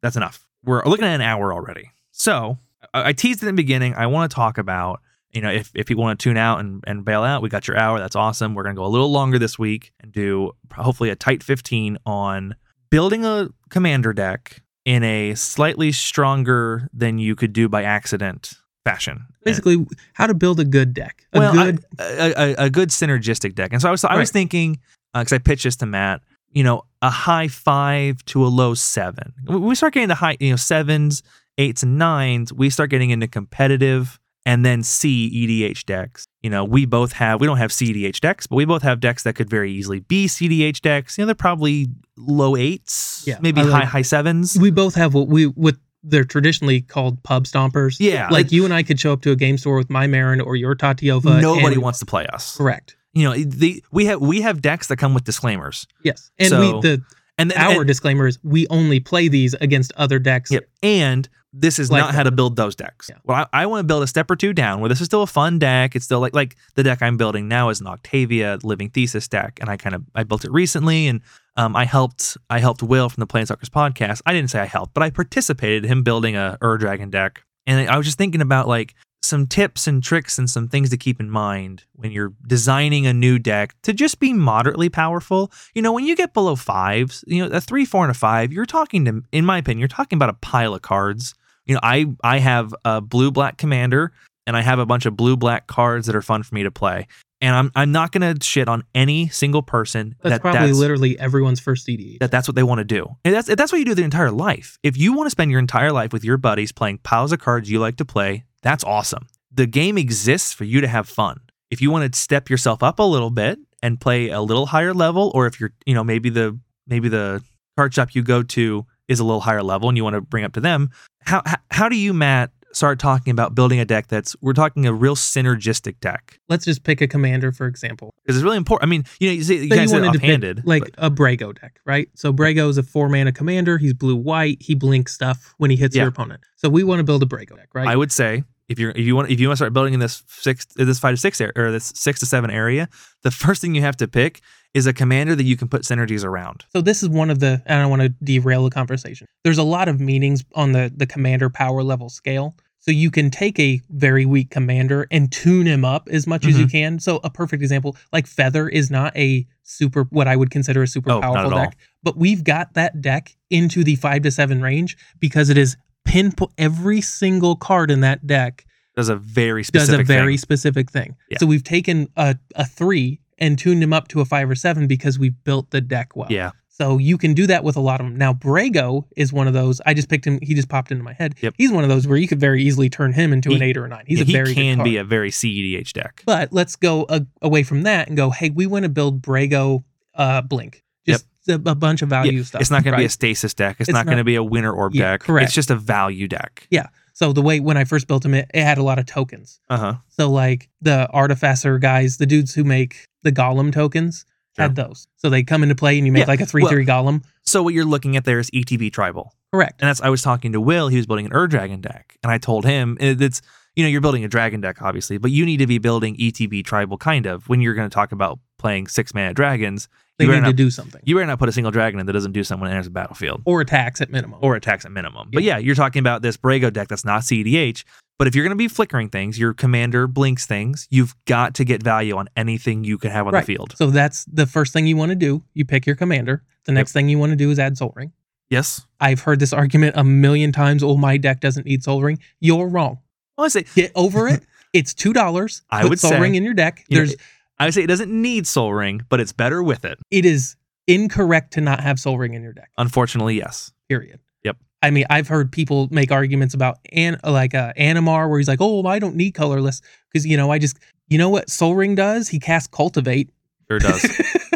Speaker 3: that's enough we're looking at an hour already so i, I teased it in the beginning i want to talk about you know if, if people want to tune out and, and bail out we got your hour that's awesome we're going to go a little longer this week and do hopefully a tight 15 on building a commander deck in a slightly stronger than you could do by accident fashion
Speaker 2: Basically, how to build a good deck. A
Speaker 3: well,
Speaker 2: good
Speaker 3: I- a, a, a good synergistic deck. And so I was, I
Speaker 2: Right.
Speaker 3: was thinking, because I pitched this to Matt, you know, a high five to a low seven. When we start getting the high, you know, sevens, eights, and nines, we start getting into competitive and then CEDH decks. You know, we both have, we don't have CEDH decks, but we both have decks that could very easily be CEDH decks. You know, they're probably low eights,
Speaker 2: Yeah,
Speaker 3: maybe
Speaker 2: I
Speaker 3: high,
Speaker 2: like-
Speaker 3: high sevens.
Speaker 2: we both have what we what they're traditionally called pub stompers.
Speaker 3: Yeah.
Speaker 2: Like you and I could show up to a game store with my Marin or your Tatiova.
Speaker 3: nobody
Speaker 2: and-
Speaker 3: wants to play us.
Speaker 2: Correct.
Speaker 3: You know, the, we have we have decks that come with disclaimers.
Speaker 2: Yes. And
Speaker 3: So-
Speaker 2: we the
Speaker 3: And then and-
Speaker 2: our disclaimer is we only play these against other decks.
Speaker 3: Yep. And this is
Speaker 2: Like
Speaker 3: not how to build those decks.
Speaker 2: Yeah.
Speaker 3: Well, I, I want to build a step or two down where this is still a fun deck. It's still like like the deck I'm building now is an Octavia Living Thesis deck, and I kind of I built it recently, and um, I helped I helped Will from the Planeswalkers podcast. I didn't say I helped, but I participated in him building a Ur Dragon deck, and I was just thinking about like some tips and tricks and some things to keep in mind when you're designing a new deck to just be moderately powerful. You know, when you get below fives, you know, a three, four, and a five, you're talking to, in my opinion, you're talking about a pile of cards. You know, I I have a blue black commander and I have a bunch of blue black cards that are fun for me to play. And I'm I'm not gonna shit on any single person
Speaker 2: That's
Speaker 3: that
Speaker 2: probably
Speaker 3: that's,
Speaker 2: literally everyone's first E. CD.
Speaker 3: that that's what they want to do. And that's that's what you do their entire life. If you want to spend your entire life with your buddies playing piles of cards you like to play, that's awesome. The game exists for you to have fun. If you want to step yourself up a little bit and play a little higher level, or if you're you know maybe the maybe the card shop you go to is a little higher level and you want to bring up to them, how how, how do you Matt start talking about building a deck that's we're talking a real synergistic deck
Speaker 2: Let's just pick a commander for example.
Speaker 3: because it's really important. I mean, you know, you, say, you
Speaker 2: So
Speaker 3: guys said
Speaker 2: wanted to pick,
Speaker 3: offhanded,
Speaker 2: like
Speaker 3: but-
Speaker 2: a Brago deck, right? So Brago is a four mana commander. He's blue white. He blinks stuff when he hits
Speaker 3: Yeah.
Speaker 2: your opponent. So we want to build a Brago deck, right?
Speaker 3: I would say if you're if you want if you want to start building in this six this five to six area or this six to seven area, the first thing you have to pick is a commander that you can put synergies around.
Speaker 2: So this is one of the, and I don't want to derail the conversation. There's a lot of meanings on the the commander power level scale. So you can take a very weak commander and tune him up as much as you
Speaker 3: Mm-hmm.
Speaker 2: can. So a perfect example, like Feather is not a super what I would consider a super
Speaker 3: Oh, not
Speaker 2: powerful
Speaker 3: at all.
Speaker 2: deck, but we've got that deck into the five to seven range because it is pinpoint every single card in that deck
Speaker 3: Does a very
Speaker 2: does
Speaker 3: specific
Speaker 2: a very
Speaker 3: thing.
Speaker 2: specific thing.
Speaker 3: Yeah.
Speaker 2: So we've taken a, a three and tuned him up to a five or seven because we've built the deck well.
Speaker 3: yeah.
Speaker 2: So you can do that with a lot of them. Now Brago is one of those. I just picked him. He just popped into my head.
Speaker 3: Yep.
Speaker 2: He's one of those where you could very easily turn him into
Speaker 3: He-
Speaker 2: an eight or a nine. He's
Speaker 3: Yeah,
Speaker 2: a very
Speaker 3: he can
Speaker 2: good
Speaker 3: be
Speaker 2: card.
Speaker 3: a very CEDH deck.
Speaker 2: But let's go a, away from that and go. Hey, we want to build Brago uh, Blink. Just a, a bunch of value stuff.
Speaker 3: It's not going to be a
Speaker 2: right?
Speaker 3: stasis deck. It's,
Speaker 2: It's
Speaker 3: not, going to
Speaker 2: not-
Speaker 3: be a winter orb
Speaker 2: Yeah,
Speaker 3: deck.
Speaker 2: correct.
Speaker 3: It's just a value deck.
Speaker 2: so the way when I first built him, it, it had a lot of tokens.
Speaker 3: Uh huh.
Speaker 2: So like the artificer guys, the dudes who make the golem tokens had those. So they come into play and you make
Speaker 3: Yeah,
Speaker 2: like a three three golem.
Speaker 3: So what you're looking at there is ETB tribal.
Speaker 2: Correct.
Speaker 3: And that's I was talking to Will. He was building an Ur Dragon deck, and I told him it- it's you know you're building a dragon deck obviously, but you need to be building ETB tribal kind of when you're going to talk about playing six mana dragons.
Speaker 2: They
Speaker 3: you better
Speaker 2: need to
Speaker 3: not-
Speaker 2: do something
Speaker 3: You better not put a single dragon in that doesn't do something when it enters the battlefield
Speaker 2: or attacks at minimum.
Speaker 3: or attacks at minimum. But yeah, you're talking about this Brago deck that's not CDH. But if you're going to be flickering things, your commander blinks things. You've got to get value on anything you can have on
Speaker 2: Right.
Speaker 3: the field.
Speaker 2: So that's the first thing you want to do. You pick your commander. The next thing you want to do is add Soul Ring.
Speaker 3: Yes.
Speaker 2: I've heard this argument a million times. Oh, my deck doesn't need Soul Ring. You're wrong.
Speaker 3: Well, I say
Speaker 2: Get over
Speaker 3: [LAUGHS]
Speaker 2: it. It's two dollars.
Speaker 3: I
Speaker 2: Put
Speaker 3: would
Speaker 2: Soul
Speaker 3: say,
Speaker 2: Ring in your deck.
Speaker 3: you know,
Speaker 2: There's
Speaker 3: I would say it doesn't need Soul Ring, but it's better with it.
Speaker 2: it is incorrect to not have Soul Ring in your deck.
Speaker 3: Unfortunately, yes.
Speaker 2: Period.
Speaker 3: Yep.
Speaker 2: I mean, I've heard people make arguments about an like uh, Animar, where he's like, "Oh, I don't need colorless because you know I just you know what Soul Ring does? He casts Cultivate,
Speaker 3: Sure does.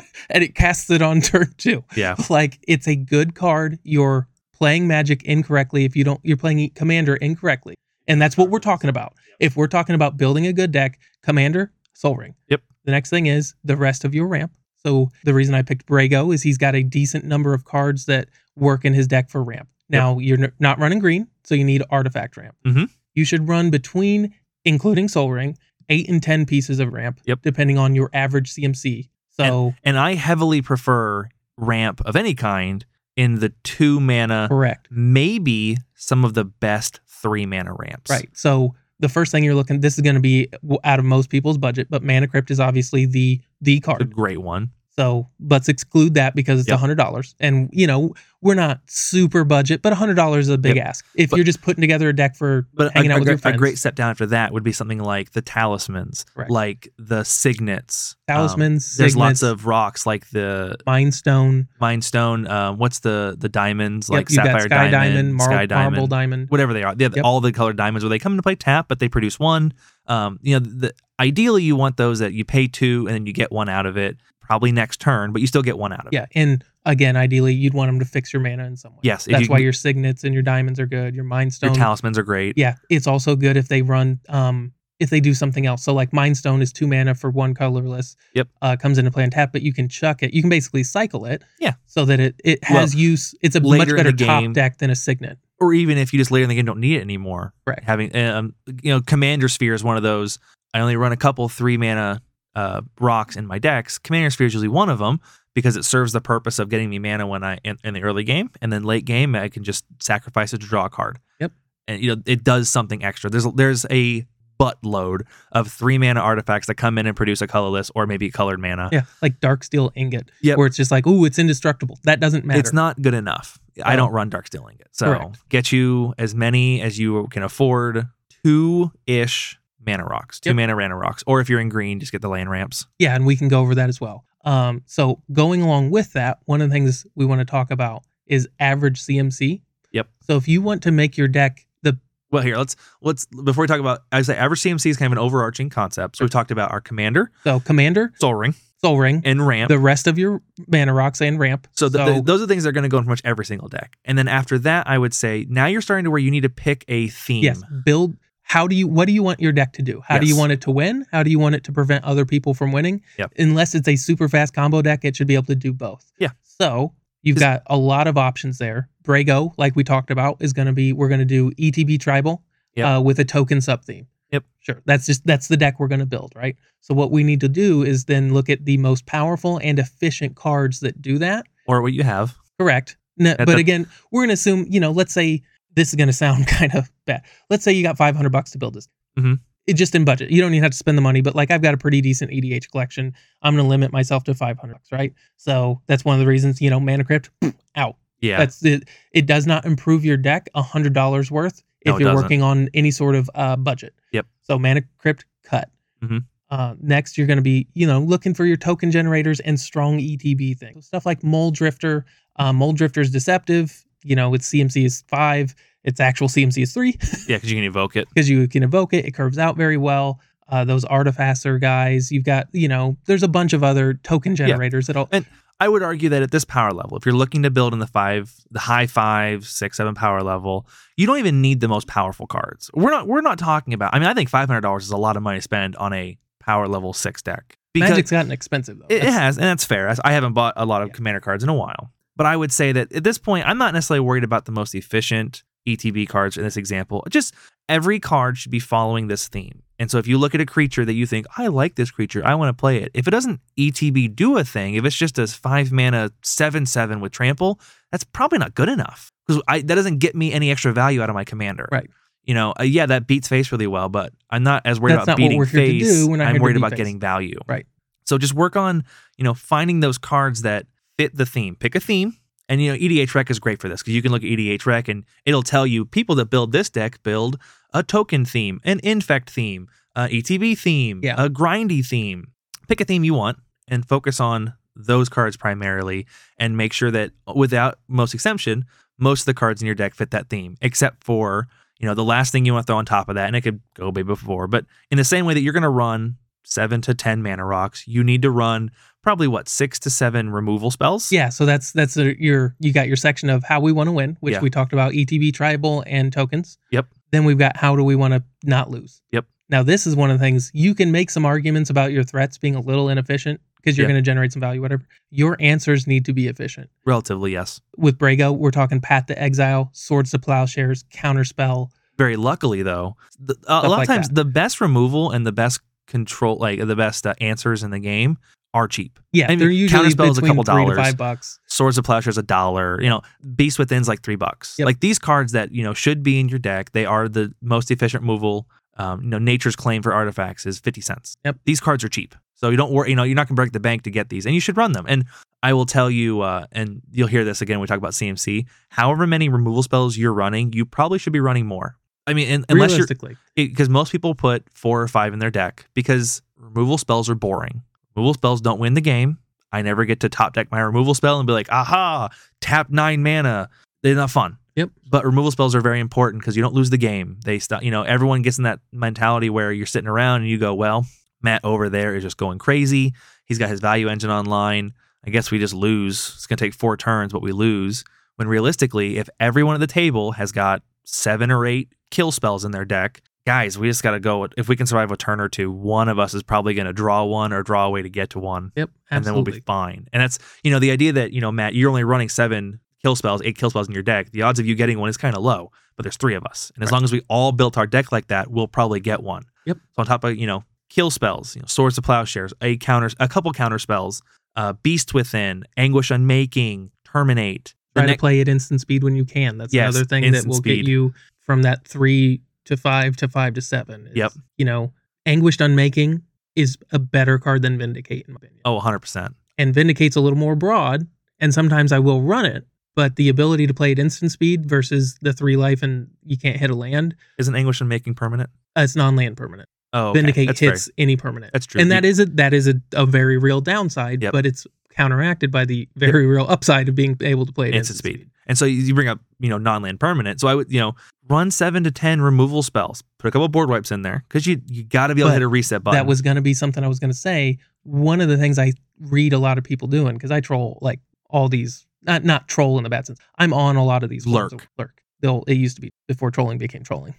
Speaker 2: [LAUGHS] and it casts it on turn two.
Speaker 3: yeah.
Speaker 2: like it's a good card. You're playing Magic incorrectly if you don't. You're playing E, Commander incorrectly, and that's what we're talking about. If we're talking about building a good deck, Commander Soul Ring.
Speaker 3: Yep.
Speaker 2: The next thing is the rest of your ramp. So the reason I picked Brago is he's got a decent number of cards that work in his deck for ramp. Now you're n- not running green, so you need artifact ramp.
Speaker 3: Mhm.
Speaker 2: You should run between, including Soul Ring, eight and ten pieces of ramp,
Speaker 3: Yep.
Speaker 2: depending on your average CMC. So
Speaker 3: And I heavily prefer ramp of any kind in the two mana,
Speaker 2: correct.
Speaker 3: maybe some of the best three mana ramps.
Speaker 2: Right. So the first thing you're looking, this is going to be w- out of most people's budget, but Mana Crypt is obviously the the
Speaker 3: It's a
Speaker 2: card.
Speaker 3: great one.
Speaker 2: So let's exclude that because it's a
Speaker 3: Yep.
Speaker 2: hundred dollars, and you know we're not super budget, but a hundred dollars is a big ask if
Speaker 3: But-
Speaker 2: you're just putting together a deck for
Speaker 3: But a,
Speaker 2: hanging
Speaker 3: a
Speaker 2: out with
Speaker 3: gr-
Speaker 2: your friends.
Speaker 3: a great step down after that would be something like the talismans,
Speaker 2: Correct.
Speaker 3: like the signets. Um,
Speaker 2: talismans.
Speaker 3: there's lots
Speaker 2: signets,
Speaker 3: of rocks like the
Speaker 2: Mind Stone,
Speaker 3: mine stone. Um, what's the the diamonds
Speaker 2: yep,
Speaker 3: like
Speaker 2: you've
Speaker 3: sapphire
Speaker 2: got Sky
Speaker 3: diamond,
Speaker 2: Mar-
Speaker 3: sky diamond,
Speaker 2: Marble Diamond.
Speaker 3: whatever they are. They have
Speaker 2: Yep.
Speaker 3: all the colored diamonds where they come into play tap, but they produce one. Um, you know, the, ideally you want those that you pay two and then you get one out of it, probably next turn, but you still get one out of it.
Speaker 2: Yeah, and again, ideally, you'd want them to fix your mana in some way.
Speaker 3: Yes, if
Speaker 2: that's
Speaker 3: you
Speaker 2: why
Speaker 3: can-
Speaker 2: your signets and your diamonds are good. Your Mind Stone,
Speaker 3: Your talismans are great.
Speaker 2: Yeah, it's also good if they run um if they do something else. So like Mind Stone is two mana for one colorless.
Speaker 3: Yep.
Speaker 2: Uh, comes into play and tap, but you can chuck it. You can basically cycle it.
Speaker 3: Yeah.
Speaker 2: So that it it
Speaker 3: Well,
Speaker 2: has use. It's a
Speaker 3: later
Speaker 2: much
Speaker 3: in
Speaker 2: better
Speaker 3: the
Speaker 2: top
Speaker 3: game-
Speaker 2: deck than a Signet.
Speaker 3: Or even if you just later in the game don't need it anymore.
Speaker 2: Correct.
Speaker 3: Having um, you know, commander sphere is one of those. I only run a couple three mana uh rocks in my decks. Commander sphere is usually one of them because it serves the purpose of getting me mana when I in, in the early game, and then late game I can just sacrifice it to draw a card.
Speaker 2: Yep.
Speaker 3: And you know it does something extra. There's there's a buttload of three mana artifacts that come in and produce a colorless or maybe colored mana.
Speaker 2: Yeah. Like Dark Steel Ingot.
Speaker 3: Uh. Yep.
Speaker 2: Where it's just like, ooh, it's indestructible. That doesn't matter.
Speaker 3: It's not good enough. I
Speaker 2: No.
Speaker 3: don't run dark stealing it. So
Speaker 2: Correct.
Speaker 3: get you as many as you can afford. Two ish mana rocks, two
Speaker 2: Yep.
Speaker 3: mana mana rocks, or if you're in green, just get the land ramps.
Speaker 2: Yeah, and we can go over that as well. Um, so going along with that, one of the things we want to talk about is average CMC.
Speaker 3: Yep.
Speaker 2: So if you want to make your deck the
Speaker 3: Well, here let's let's before we talk about I would say average CMC is kind of an overarching concept. So we talked about our commander,
Speaker 2: so commander,
Speaker 3: soul ring,
Speaker 2: soul ring,
Speaker 3: and ramp.
Speaker 2: the rest of your mana rocks and ramp.
Speaker 3: So, th th- those are things that are going to go in pretty much every single deck. And then after that, I would say now you're starting to where you need to pick a theme.
Speaker 2: yes, build. How do you? What do you want your deck to do? How do you
Speaker 3: Yes.
Speaker 2: want it to win? How do you want it to prevent other people from winning?
Speaker 3: Yep.
Speaker 2: Unless it's a super fast combo deck, it should be able to do both.
Speaker 3: Yeah.
Speaker 2: So you've
Speaker 3: Is-
Speaker 2: got a lot of options there. Brago, like we talked about, is going to be we're going to do ETB tribal
Speaker 3: Yep.
Speaker 2: uh, with a token sub theme.
Speaker 3: Yep.
Speaker 2: Sure. That's just that's the deck we're going to build, right? So what we need to do is then look at the most powerful and efficient cards that do that.
Speaker 3: Or what you have.
Speaker 2: Correct. No,
Speaker 3: That-
Speaker 2: but
Speaker 3: that-
Speaker 2: again, we're going to assume, you know, let's say this is going to sound [LAUGHS] kind of bad. Let's say you got 500 bucks to build this.
Speaker 3: Mhm.
Speaker 2: It just in budget. You don't even have to spend the money, but like I've got a pretty decent EDH collection. I'm going to limit myself to 500 bucks, right? So that's one of the reasons, you know, Mana Crypt [SNIFFS] out.
Speaker 3: Yeah.
Speaker 2: That's it. It does not improve your deck $100 worth if
Speaker 3: No, it
Speaker 2: you're
Speaker 3: doesn't.
Speaker 2: working on any sort of uh, budget.
Speaker 3: Yep.
Speaker 2: So Mana Crypt cut.
Speaker 3: Mhm.
Speaker 2: Uh, next, you're going to be, you know, looking for your token generators and strong ETB things. Stuff like Mole Drifter, uh, Mold Drifter is deceptive. You know, its CMC is five, its actual CMC is three
Speaker 3: yeah, because you can evoke it.
Speaker 2: because you can evoke it. It curves out very well. Uh, those artifacer guys, you've got, you know, there's a bunch of other token generators that'll.
Speaker 3: And- I would argue that at this power level, if you're looking to build in the five, the high five, six, seven power level, you don't even need the most powerful cards. We're not we're not talking about. I mean, I think five hundred dollars is a lot of money to spend on a power level six deck because
Speaker 2: Magic's gotten expensive though.
Speaker 3: it, it
Speaker 2: That's-
Speaker 3: has, and that's fair. I haven't bought a lot of
Speaker 2: Yeah.
Speaker 3: commander cards in a while, but I would say that at this point, I'm not necessarily worried about the most efficient ETB cards in this example. Just every card should be following this theme. And so if you look at a creature that you think, I like this creature, I want to play it. If it doesn't ETB do a thing, if it's just a five mana seven seven with trample, that's probably not good enough because that doesn't get me any extra value out of my commander.
Speaker 2: Right.
Speaker 3: You know, uh, yeah, that beats face really well, but I'm not as worried
Speaker 2: That's not
Speaker 3: about
Speaker 2: what
Speaker 3: beating
Speaker 2: we're here to
Speaker 3: face.
Speaker 2: do. We're not here
Speaker 3: I'm
Speaker 2: to
Speaker 3: worried
Speaker 2: beat
Speaker 3: about
Speaker 2: face.
Speaker 3: getting value.
Speaker 2: Right.
Speaker 3: So just work on, you know, finding those cards that fit the theme. Pick a theme And you know, EDH Rec is great for this because you can look at EDH Rec and it'll tell you people that build this deck build a token theme, an infect theme, a ETB theme,
Speaker 2: Yeah.
Speaker 3: a grindy theme. Pick a theme you want and focus on those cards primarily and make sure that without most exemption, most of the cards in your deck fit that theme, except for, you know, the last thing you want to throw on top of that, and it could go way before, but in the same way that you're gonna run seven to ten mana rocks, you need to run probably what, six to seven removal spells?
Speaker 2: Yeah, so that's that's a, your you got your section of how we want to win, which
Speaker 3: Yeah.
Speaker 2: we talked about ETB tribal and tokens.
Speaker 3: Yep.
Speaker 2: Then we've got how do we want to not lose.
Speaker 3: Yep.
Speaker 2: Now this is one of the things you can make some arguments about your threats being a little inefficient because you're
Speaker 3: Yeah.
Speaker 2: going to generate some value, whatever. Your answers need to be efficient.
Speaker 3: Relatively, yes.
Speaker 2: With Brago, we're talking Path to Exile, Swords to Plowshares, Counterspell.
Speaker 3: very luckily though the, a- a lot
Speaker 2: like
Speaker 3: of times
Speaker 2: that.
Speaker 3: the best removal and the best control like the best uh, answers in the game are cheap
Speaker 2: Yeah,
Speaker 3: I mean,
Speaker 2: they're usually
Speaker 3: Counterspell is a
Speaker 2: between
Speaker 3: couple
Speaker 2: three
Speaker 3: dollars.
Speaker 2: to five bucks.
Speaker 3: swords of plowshares a dollar you know beast within's like three bucks
Speaker 2: Yep.
Speaker 3: like these cards that you know should be in your deck they are the most efficient removal um, you know nature's claim for artifacts is 50 cents
Speaker 2: Yep.
Speaker 3: these cards are cheap so you don't worry you know you're not going to break the bank to get these and you should run them and i will tell you uh, and you'll hear this again when we talk about cmc however many removal spells you're running you probably should be running more i mean and, unless you're
Speaker 2: Realistically,
Speaker 3: because most people put four or five in their deck because removal spells are boring. Removal spells don't win the game. I never get to top deck my removal spell and be like, aha, tap nine mana. They're not fun.
Speaker 2: Yep.
Speaker 3: But removal spells are very important because you don't lose the game. They stop, you know, everyone gets in that mentality where you're sitting around and you go, well, Matt over there is just going crazy. He's got his value engine online. I guess we just lose. It's going to take four turns, but we lose. When realistically, if everyone at the table has got seven or eight kill spells in their deck, guys, we just got to go. If we can survive a turn or two, one of us is probably going to draw one or draw away to get to one,
Speaker 2: yep,
Speaker 3: and then
Speaker 2: absolutely.
Speaker 3: we'll be fine. And that's, you know, the idea that, you know, Matt, you're only running seven kill spells, eight kill spells in your deck. The odds of you getting one is kind of low, but there's three of us. And as long as we all built our deck like that, we'll probably get one.
Speaker 2: Yep.
Speaker 3: So on top of, you know, kill spells, you know, swords of plowshares, a counter, a couple counter spells, uh, beast within, anguish unmaking, terminate. The
Speaker 2: Try
Speaker 3: next-
Speaker 2: to play at instant speed when you can. That's
Speaker 3: Yes,
Speaker 2: another thing that
Speaker 3: instant
Speaker 2: will
Speaker 3: speed.
Speaker 2: get you from that three to five to five to seven. is,
Speaker 3: Yep.
Speaker 2: You know, Anguished Unmaking is a better card than Vindicate, in my opinion.
Speaker 3: oh, 100%.
Speaker 2: And Vindicate's a little more broad, and sometimes I will run it, but the ability to play at instant speed versus the three life and you can't hit a land,
Speaker 3: Isn't anguish unmaking permanent?
Speaker 2: uh, it's non land permanent.
Speaker 3: Oh, okay.
Speaker 2: Vindicate
Speaker 3: That's fair.
Speaker 2: hits any permanent.
Speaker 3: That's true.
Speaker 2: And
Speaker 3: You-
Speaker 2: that is a that is a, a very real downside,
Speaker 3: Yep.
Speaker 2: but it's counteracted by the very real upside of being able to play at
Speaker 3: instant speed. And so you- you bring up, you know, non-land permanent. So I would, you know, run seven to ten removal spells. Put a couple board wipes in there because you you got to be able to
Speaker 2: But
Speaker 3: hit a reset button.
Speaker 2: That was going to be something I was going to say. One of the things I read a lot of people doing because I troll like all these not not troll in the bad sense. I'm on a lot of these forums
Speaker 3: Lurk.
Speaker 2: of lurk. They'll, it used to be before trolling became trolling.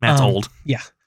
Speaker 3: Matt's
Speaker 2: um,
Speaker 3: old.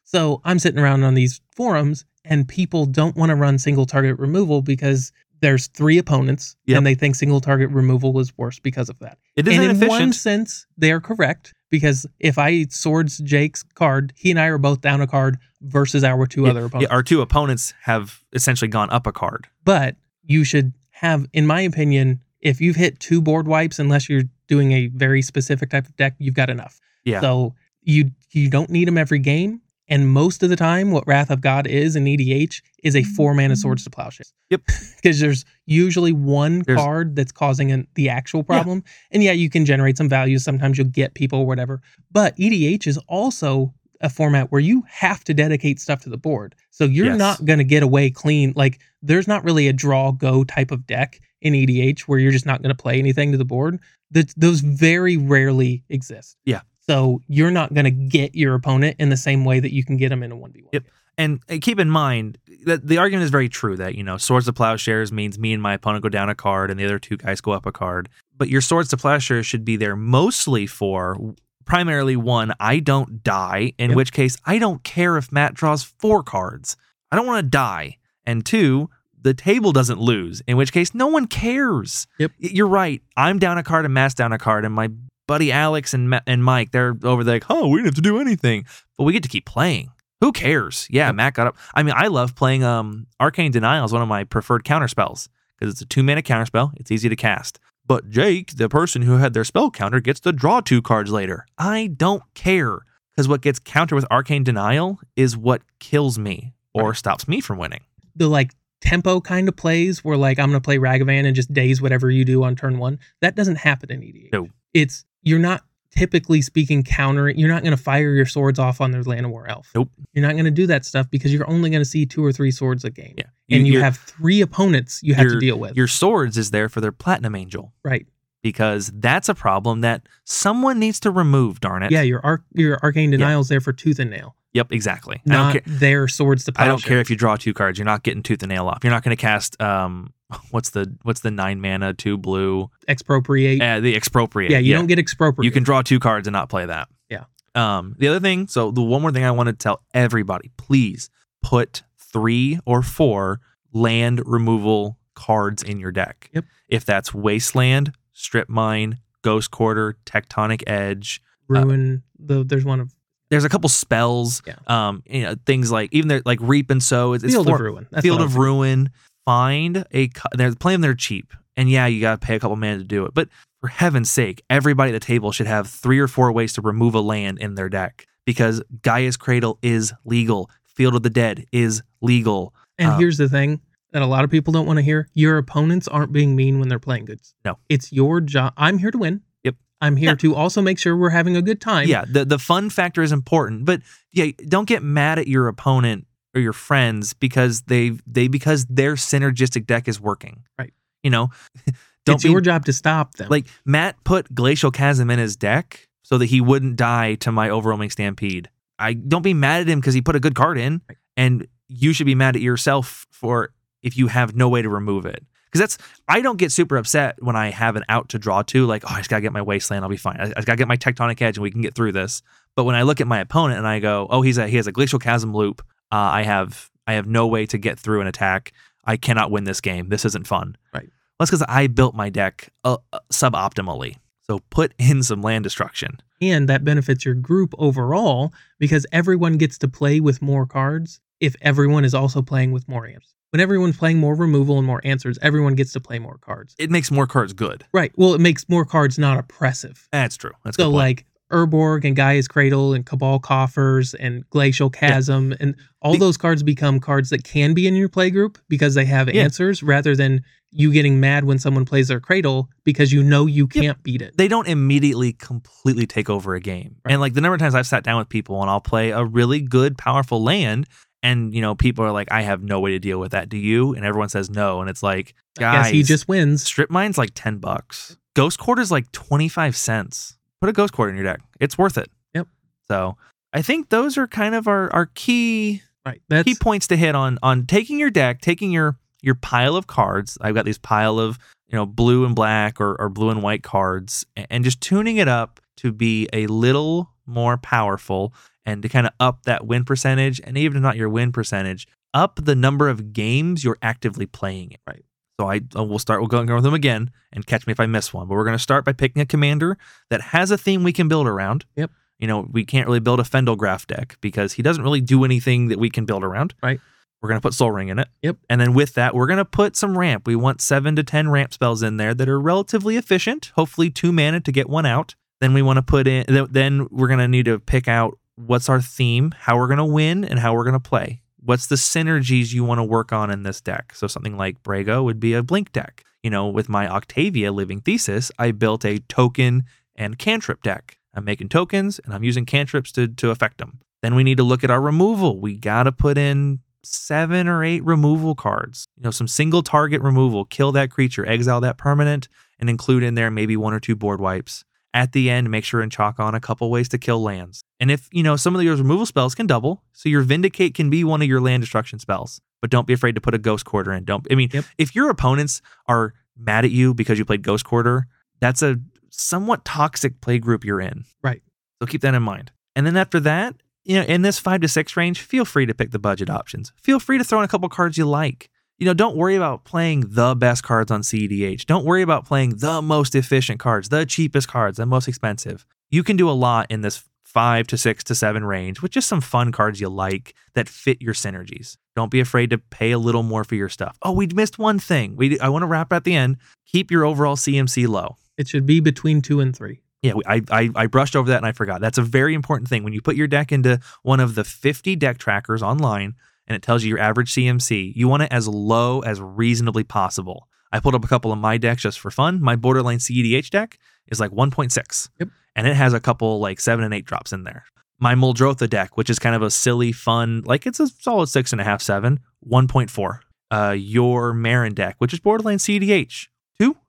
Speaker 2: So I'm sitting around on these forums and people don't want to run single target removal because there's three opponents
Speaker 3: Yep.
Speaker 2: and they think single target removal is worse because of that.
Speaker 3: It is
Speaker 2: And in one
Speaker 3: inefficient.
Speaker 2: sense, they are correct because if I swords Jake's card, he and I are both down a card versus our two
Speaker 3: Yeah,
Speaker 2: other opponents.
Speaker 3: Yeah, our two opponents have essentially gone up a card.
Speaker 2: but you should have in my opinion if you've hit two board wipes unless you're doing a very specific type of deck you've got enough
Speaker 3: Yeah.
Speaker 2: so you you don't need them every game and most of the time what wrath of god is in edh is a four mana swords to plowshares
Speaker 3: Yep.
Speaker 2: because there's usually one
Speaker 3: There's-
Speaker 2: card that's causing an, the actual problem and yeah you can generate some value sometimes you'll get people or whatever but edh is also a format where you have to dedicate stuff to the board. So you're
Speaker 3: Yes.
Speaker 2: not going to get away clean. Like there's not really a draw go type of deck in EDH where you're just not going to play anything to the board. Th- those very rarely exist.
Speaker 3: Yeah.
Speaker 2: So you're not going to get your opponent in the same way that you can get them in a 1v1.
Speaker 3: Yep. And uh, keep in mind that the argument is very true that, you know, swords to plowshares means me and my opponent go down a card and the other two guys go up a card. But your swords to plowshares should be there mostly for primarily one, I don't die, in
Speaker 2: Yep.
Speaker 3: which case I don't care if Matt draws four cards. I don't want to die. And two, the table doesn't lose, in which case no one cares.
Speaker 2: Yep.
Speaker 3: Y- You're right. I'm down a card and Matt's down a card, and my buddy Alex and, Ma- and Mike, they're over there like, oh, we didn't have to do anything. But we get to keep playing. Who cares? Yeah, Matt got up. I mean, I love playing um Arcane Denial is one of my preferred counter spells because it's a two mana counter spell. It's easy to cast. But Jake, the person who had their spell counter, gets to draw two cards later. I don't care because what gets countered with Arcane Denial is what kills me or stops me from winning.
Speaker 2: The like tempo kind of plays where like I'm gonna play Ragavan and just daze whatever you do on turn one. That doesn't happen in EDH.
Speaker 3: No.
Speaker 2: It's you're not typically speaking counter. You're not gonna fire your swords off on their land war elf.
Speaker 3: Nope.
Speaker 2: You're not gonna do that stuff because you're only gonna see two or three swords a game.
Speaker 3: Yeah.
Speaker 2: and you
Speaker 3: your-
Speaker 2: have three opponents you have to
Speaker 3: your-
Speaker 2: deal with.
Speaker 3: your swords is there for their platinum angel
Speaker 2: Right.
Speaker 3: because that's a problem that someone needs to remove. Darn it.
Speaker 2: Yeah, your arc your arcane denial's there for tooth and nail,
Speaker 3: Yep. Exactly. I don't
Speaker 2: not
Speaker 3: care.
Speaker 2: their swords to
Speaker 3: I don't
Speaker 2: plowshares.
Speaker 3: care if you draw two cards. You're not getting tooth and nail off. You're not going to cast um, [LAUGHS] what's the what's the nine mana two blue
Speaker 2: expropriate.
Speaker 3: uh, the expropriate.
Speaker 2: yeah, you don't get expropriate.
Speaker 3: You can draw two cards and not play that.
Speaker 2: Yeah.
Speaker 3: Um, the other thing, so the one more thing I want to tell everybody, please put three or four land removal cards in your deck.
Speaker 2: Yep.
Speaker 3: If that's Wasteland, Strip Mine, Ghost Quarter, Tectonic Edge,
Speaker 2: ruin the there's one of
Speaker 3: there's a couple spells,
Speaker 2: Yeah.
Speaker 3: um, you know, things like even there, like Reap and Sow. It's, it's
Speaker 2: Field
Speaker 3: four-
Speaker 2: of Ruin. That's
Speaker 3: Field
Speaker 2: what I was
Speaker 3: of Ruin. Find a. co- They're playing. They're cheap, and yeah, you gotta pay a couple mana to do it. But for heaven's sake, everybody at the table should have three or four ways to remove a land in their deck because Gaia's Cradle is legal. Field of the Dead is legal.
Speaker 2: And
Speaker 3: Um,
Speaker 2: here's the thing that a lot of people don't want to hear: your opponents aren't being mean when they're playing goods.
Speaker 3: No.
Speaker 2: it's your job. I'm here to win.
Speaker 3: Yep.
Speaker 2: I'm here
Speaker 3: Yeah.
Speaker 2: to also make sure we're having a good time.
Speaker 3: yeah, the the fun factor is important, but yeah, don't get mad at your opponent or your friends because they they because their synergistic deck is working.
Speaker 2: Right.
Speaker 3: You know, [LAUGHS] don't
Speaker 2: it's
Speaker 3: be
Speaker 2: your job to stop them.
Speaker 3: Like Matt put Glacial Chasm in his deck so that he wouldn't die to my overwhelming stampede. I don't be mad at him because he put a good card in, and you should be mad at yourself for if you have no way to remove it. Because that's I don't get super upset when I have an out to draw to, like oh I just gotta get my wasteland, I'll be fine. I, I just gotta get my tectonic edge, and we can get through this. But when I look at my opponent and I go, oh he's a he has a glacial chasm loop. Uh, I have I have no way to get through an attack. I cannot win this game. This isn't fun. Well, that's because I built my deck uh, uh, suboptimally. So put in some land destruction.
Speaker 2: and that benefits your group overall because everyone gets to play with more cards if everyone is also playing with more amps. When everyone's playing more removal and more answers, everyone gets to play more cards.
Speaker 3: It makes more cards good.
Speaker 2: Right. Well, it makes more cards not oppressive.
Speaker 3: That's true. That's a
Speaker 2: so
Speaker 3: good point.
Speaker 2: like Urborg and Gaia's Cradle and Cabal Coffers and Glacial Chasm and all
Speaker 3: Be-
Speaker 2: those cards become cards that can be in your play group because they have
Speaker 3: Yeah.
Speaker 2: answers rather than you getting mad when someone plays their cradle because you know you can't beat it.
Speaker 3: they don't immediately completely take over a game.
Speaker 2: Right.
Speaker 3: And like the number of times I've sat down with people and I'll play a really good, powerful land, and you know people are like, "I have no way to deal with that." Do you? And everyone says no, and it's like, guys,
Speaker 2: Yes, he just wins.
Speaker 3: strip mine's like ten bucks. Ghost quarter's like twenty five cents. Put a ghost quarter in your deck. It's worth it.
Speaker 2: Yep.
Speaker 3: So I think those are kind of our our key
Speaker 2: Right. That's
Speaker 3: key points to hit on on taking your deck, taking your your pile of cards. I've got these pile of you know blue and black or, or blue and white cards, a- and just tuning it up to be a little more powerful and to kind of up that win percentage, and even if not your win percentage, up the number of games you're actively playing it. Right. So I uh, we'll start we'll go over them again and catch me if I miss one. But we're gonna start by picking a commander that has a theme we can build around.
Speaker 2: Yep.
Speaker 3: You know, we can't really build a Fendelgraph deck because he doesn't really do anything that we can build around.
Speaker 2: Right.
Speaker 3: We're gonna put Soul Ring in it.
Speaker 2: Yep.
Speaker 3: And then with that, we're gonna put some ramp. We want seven to ten ramp spells in there that are relatively efficient. Hopefully, two mana to get one out. Then we want to put in. th- Then we're gonna need to pick out what's our theme, how we're gonna win, and how we're gonna play. What's the synergies you want to work on in this deck? So something like Brago would be a blink deck. You know, with my Octavia Living Thesis, I built a token and cantrip deck. I'm making tokens and I'm using cantrips to, to affect them. Then we need to look at our removal. We got to put in seven or eight removal cards, you know, some single target removal, kill that creature, exile that permanent, and include in there maybe one or two board wipes. At the end, make sure and chalk on a couple ways to kill lands. And if, you know, some of your removal spells can double, so your Vindicate can be one of your land destruction spells. But don't be afraid to put a Ghost Quarter in. Don't, I mean,
Speaker 2: Yep.
Speaker 3: if your opponents are mad at you because you played Ghost Quarter, that's a somewhat toxic play group you're in.
Speaker 2: Right.
Speaker 3: So keep that in mind. And then after that, you know, in this five to six range, feel free to pick the budget options. Feel free to throw in a couple cards you like. You know, don't worry about playing the best cards on CEDH. Don't worry about playing the most efficient cards, the cheapest cards, the most expensive. You can do a lot in this five to six to seven range with just some fun cards you like that fit your synergies. Don't be afraid to pay a little more for your stuff. Oh, we missed one thing. We I want to wrap at the end. Keep your overall CMC low.
Speaker 2: it should be between 2 and 3.
Speaker 3: Yeah, we- I, I I brushed over that and I forgot. That's a very important thing. When you put your deck into one of the 50 deck trackers online, and it tells you your average CMC. You want it as low as reasonably possible. I pulled up a couple of my decks just for fun. My Borderline CEDH deck is like 1.6.
Speaker 2: Yep.
Speaker 3: And it has a couple like seven and eight drops in there. My Muldrotha deck, which is kind of a silly, fun, like it's a solid six and a half, seven, 1.4. Uh, your Marin deck, which is Borderline CDH,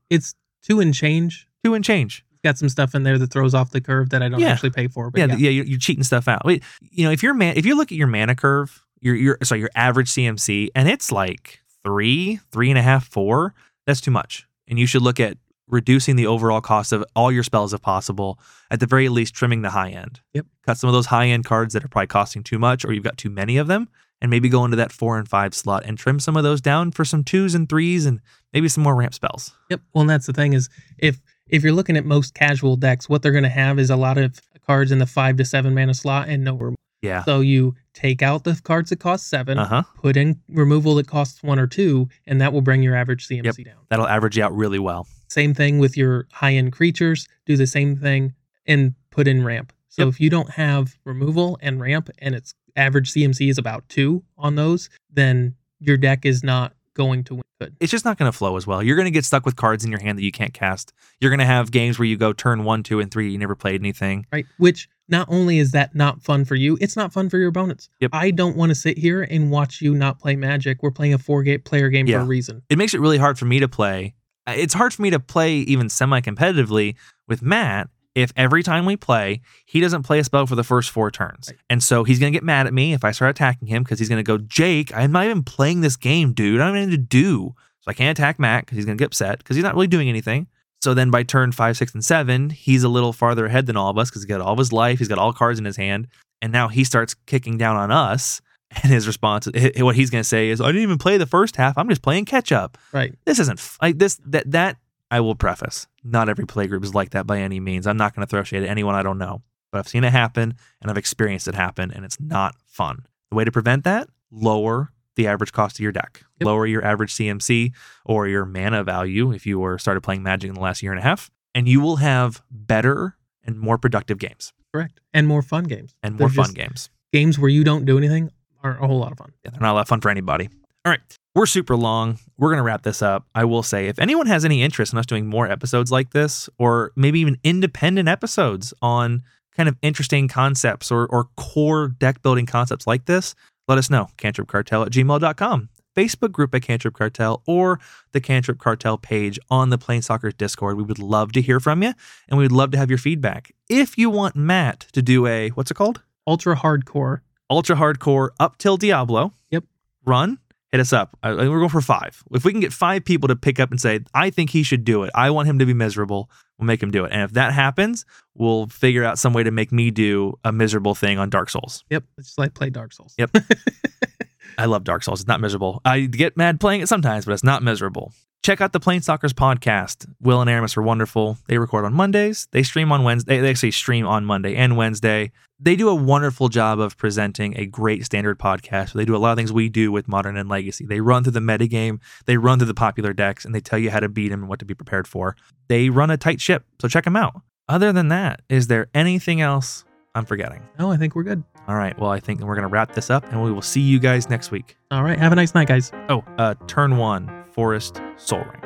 Speaker 2: It's two and change.
Speaker 3: two and change.
Speaker 2: It's got some stuff in there that throws off the curve that I don't
Speaker 3: Yeah.
Speaker 2: actually pay for. But
Speaker 3: yeah,
Speaker 2: yeah,
Speaker 3: th- yeah, you're, you're cheating stuff out. Wait, you know, if your man, if you look at your mana curve, your your sorry, your average CMC, and it's like three, three and a half, four. That's too much, and you should look at reducing the overall cost of all your spells if possible. At the very least, trimming the high end.
Speaker 2: Yep.
Speaker 3: Cut some of those high end cards that are probably costing too much, or you've got too many of them, and maybe go into that four and five slot and trim some of those down for some twos and threes, and maybe some more ramp spells.
Speaker 2: Yep. Well, and that's the thing is if if you're looking at most casual decks, what they're going to have is a lot of cards in the five to seven mana slot and no removal.
Speaker 3: Yeah.
Speaker 2: So you take out the cards that cost seven,
Speaker 3: Uh huh.
Speaker 2: put in removal that costs one or two, and that will bring your average CMC down.
Speaker 3: That'll average you out really well.
Speaker 2: Same thing with your high end creatures. Do the same thing and put in ramp. So
Speaker 3: Yep.
Speaker 2: if you don't have removal and ramp and its average CMC is about two on those, then your deck is not going to win good.
Speaker 3: it's just not going to flow as well. You're going to get stuck with cards in your hand that you can't cast. You're going to have games where you go turn one, two, and three. You never played anything.
Speaker 2: Right. Which not only is that not fun for you, it's not fun for your opponents.
Speaker 3: Yep.
Speaker 2: I don't want to sit here and watch you not play magic. We're playing a four gate player game for
Speaker 3: Yeah.
Speaker 2: a reason.
Speaker 3: It makes it really hard for me to play. Uh, It's hard for me to play even semi competitively with Matt if every time we play, he doesn't play a spell for the first four turns.
Speaker 2: Right.
Speaker 3: And so he's going to get mad at me if I start attacking him because he's going to go, Jake, I'm not even playing this game, dude. I don't even to do. So I can't attack Matt because he's going to get upset because he's not really doing anything. So then by turn five, six, and seven, he's a little farther ahead than all of us because he's got all of his life. He's got all cards in his hand. And now he starts kicking down on us. And his response, h- what he's going to say is, I didn't even play the first half. I'm just playing catch up.
Speaker 2: Right.
Speaker 3: This isn't f- like this, that, that I will preface. Not every playgroup is like that by any means. I'm not going to throw shade at anyone I don't know, but I've seen it happen and I've experienced it happen, and it's not fun. The way to prevent that, lower the average cost of your deck,
Speaker 2: Yep.
Speaker 3: lower your average CMC or your mana value if you were started playing Magic in the last year and a half, and you will have better and more productive games
Speaker 2: Correct. And more fun games.
Speaker 3: and more
Speaker 2: They're
Speaker 3: fun
Speaker 2: just-
Speaker 3: games.
Speaker 2: Games where you don't do anything are a whole lot of fun.
Speaker 3: Yeah, they're not a lot of fun for anybody. All right. We're super long. We're going to wrap this up. I will say if anyone has any interest in us doing more episodes like this, or maybe even independent episodes on kind of interesting concepts or, or core deck building concepts like this, let us know. CantripCartel at gmail.com, Facebook group at Cantrip Cartel, or the Cantrip Cartel page on the Planeswalkers Discord. We would love to hear from you, and we would love to have your feedback. If you want Matt to do a, what's it called?
Speaker 2: Ultra hardcore.
Speaker 3: ultra hardcore up till Diablo.
Speaker 2: Yep.
Speaker 3: Run. Hit us up. I, I- we're going for five. If we can get five people to pick up and say, I think he should do it. I want him to be miserable. We'll make him do it. And if that happens, we'll figure out some way to make me do a miserable thing on Dark Souls.
Speaker 2: Yep. It's just like play Dark Souls.
Speaker 3: Yep. I love Dark Souls. It's not miserable. I get mad playing it sometimes, but it's not miserable. Check out the Planestalkers podcast. Will and Aramis are wonderful. They record on Mondays. They stream on Wednesday. They actually stream on Monday and Wednesday. They do a wonderful job of presenting a great standard podcast. They do a lot of things we do with Modern and Legacy. They run through the metagame, they run through the popular decks, and they tell you how to beat them and what to be prepared for. They run a tight ship, so check them out. Other than that, is there anything else I'm forgetting?
Speaker 2: [LAUGHS] No, I think we're good.
Speaker 3: All right, well, I think we're going to wrap this up, and we will see you guys next week.
Speaker 2: All right. Have a nice night, guys.
Speaker 3: Oh, uh, turn one, Forest Soul Ring.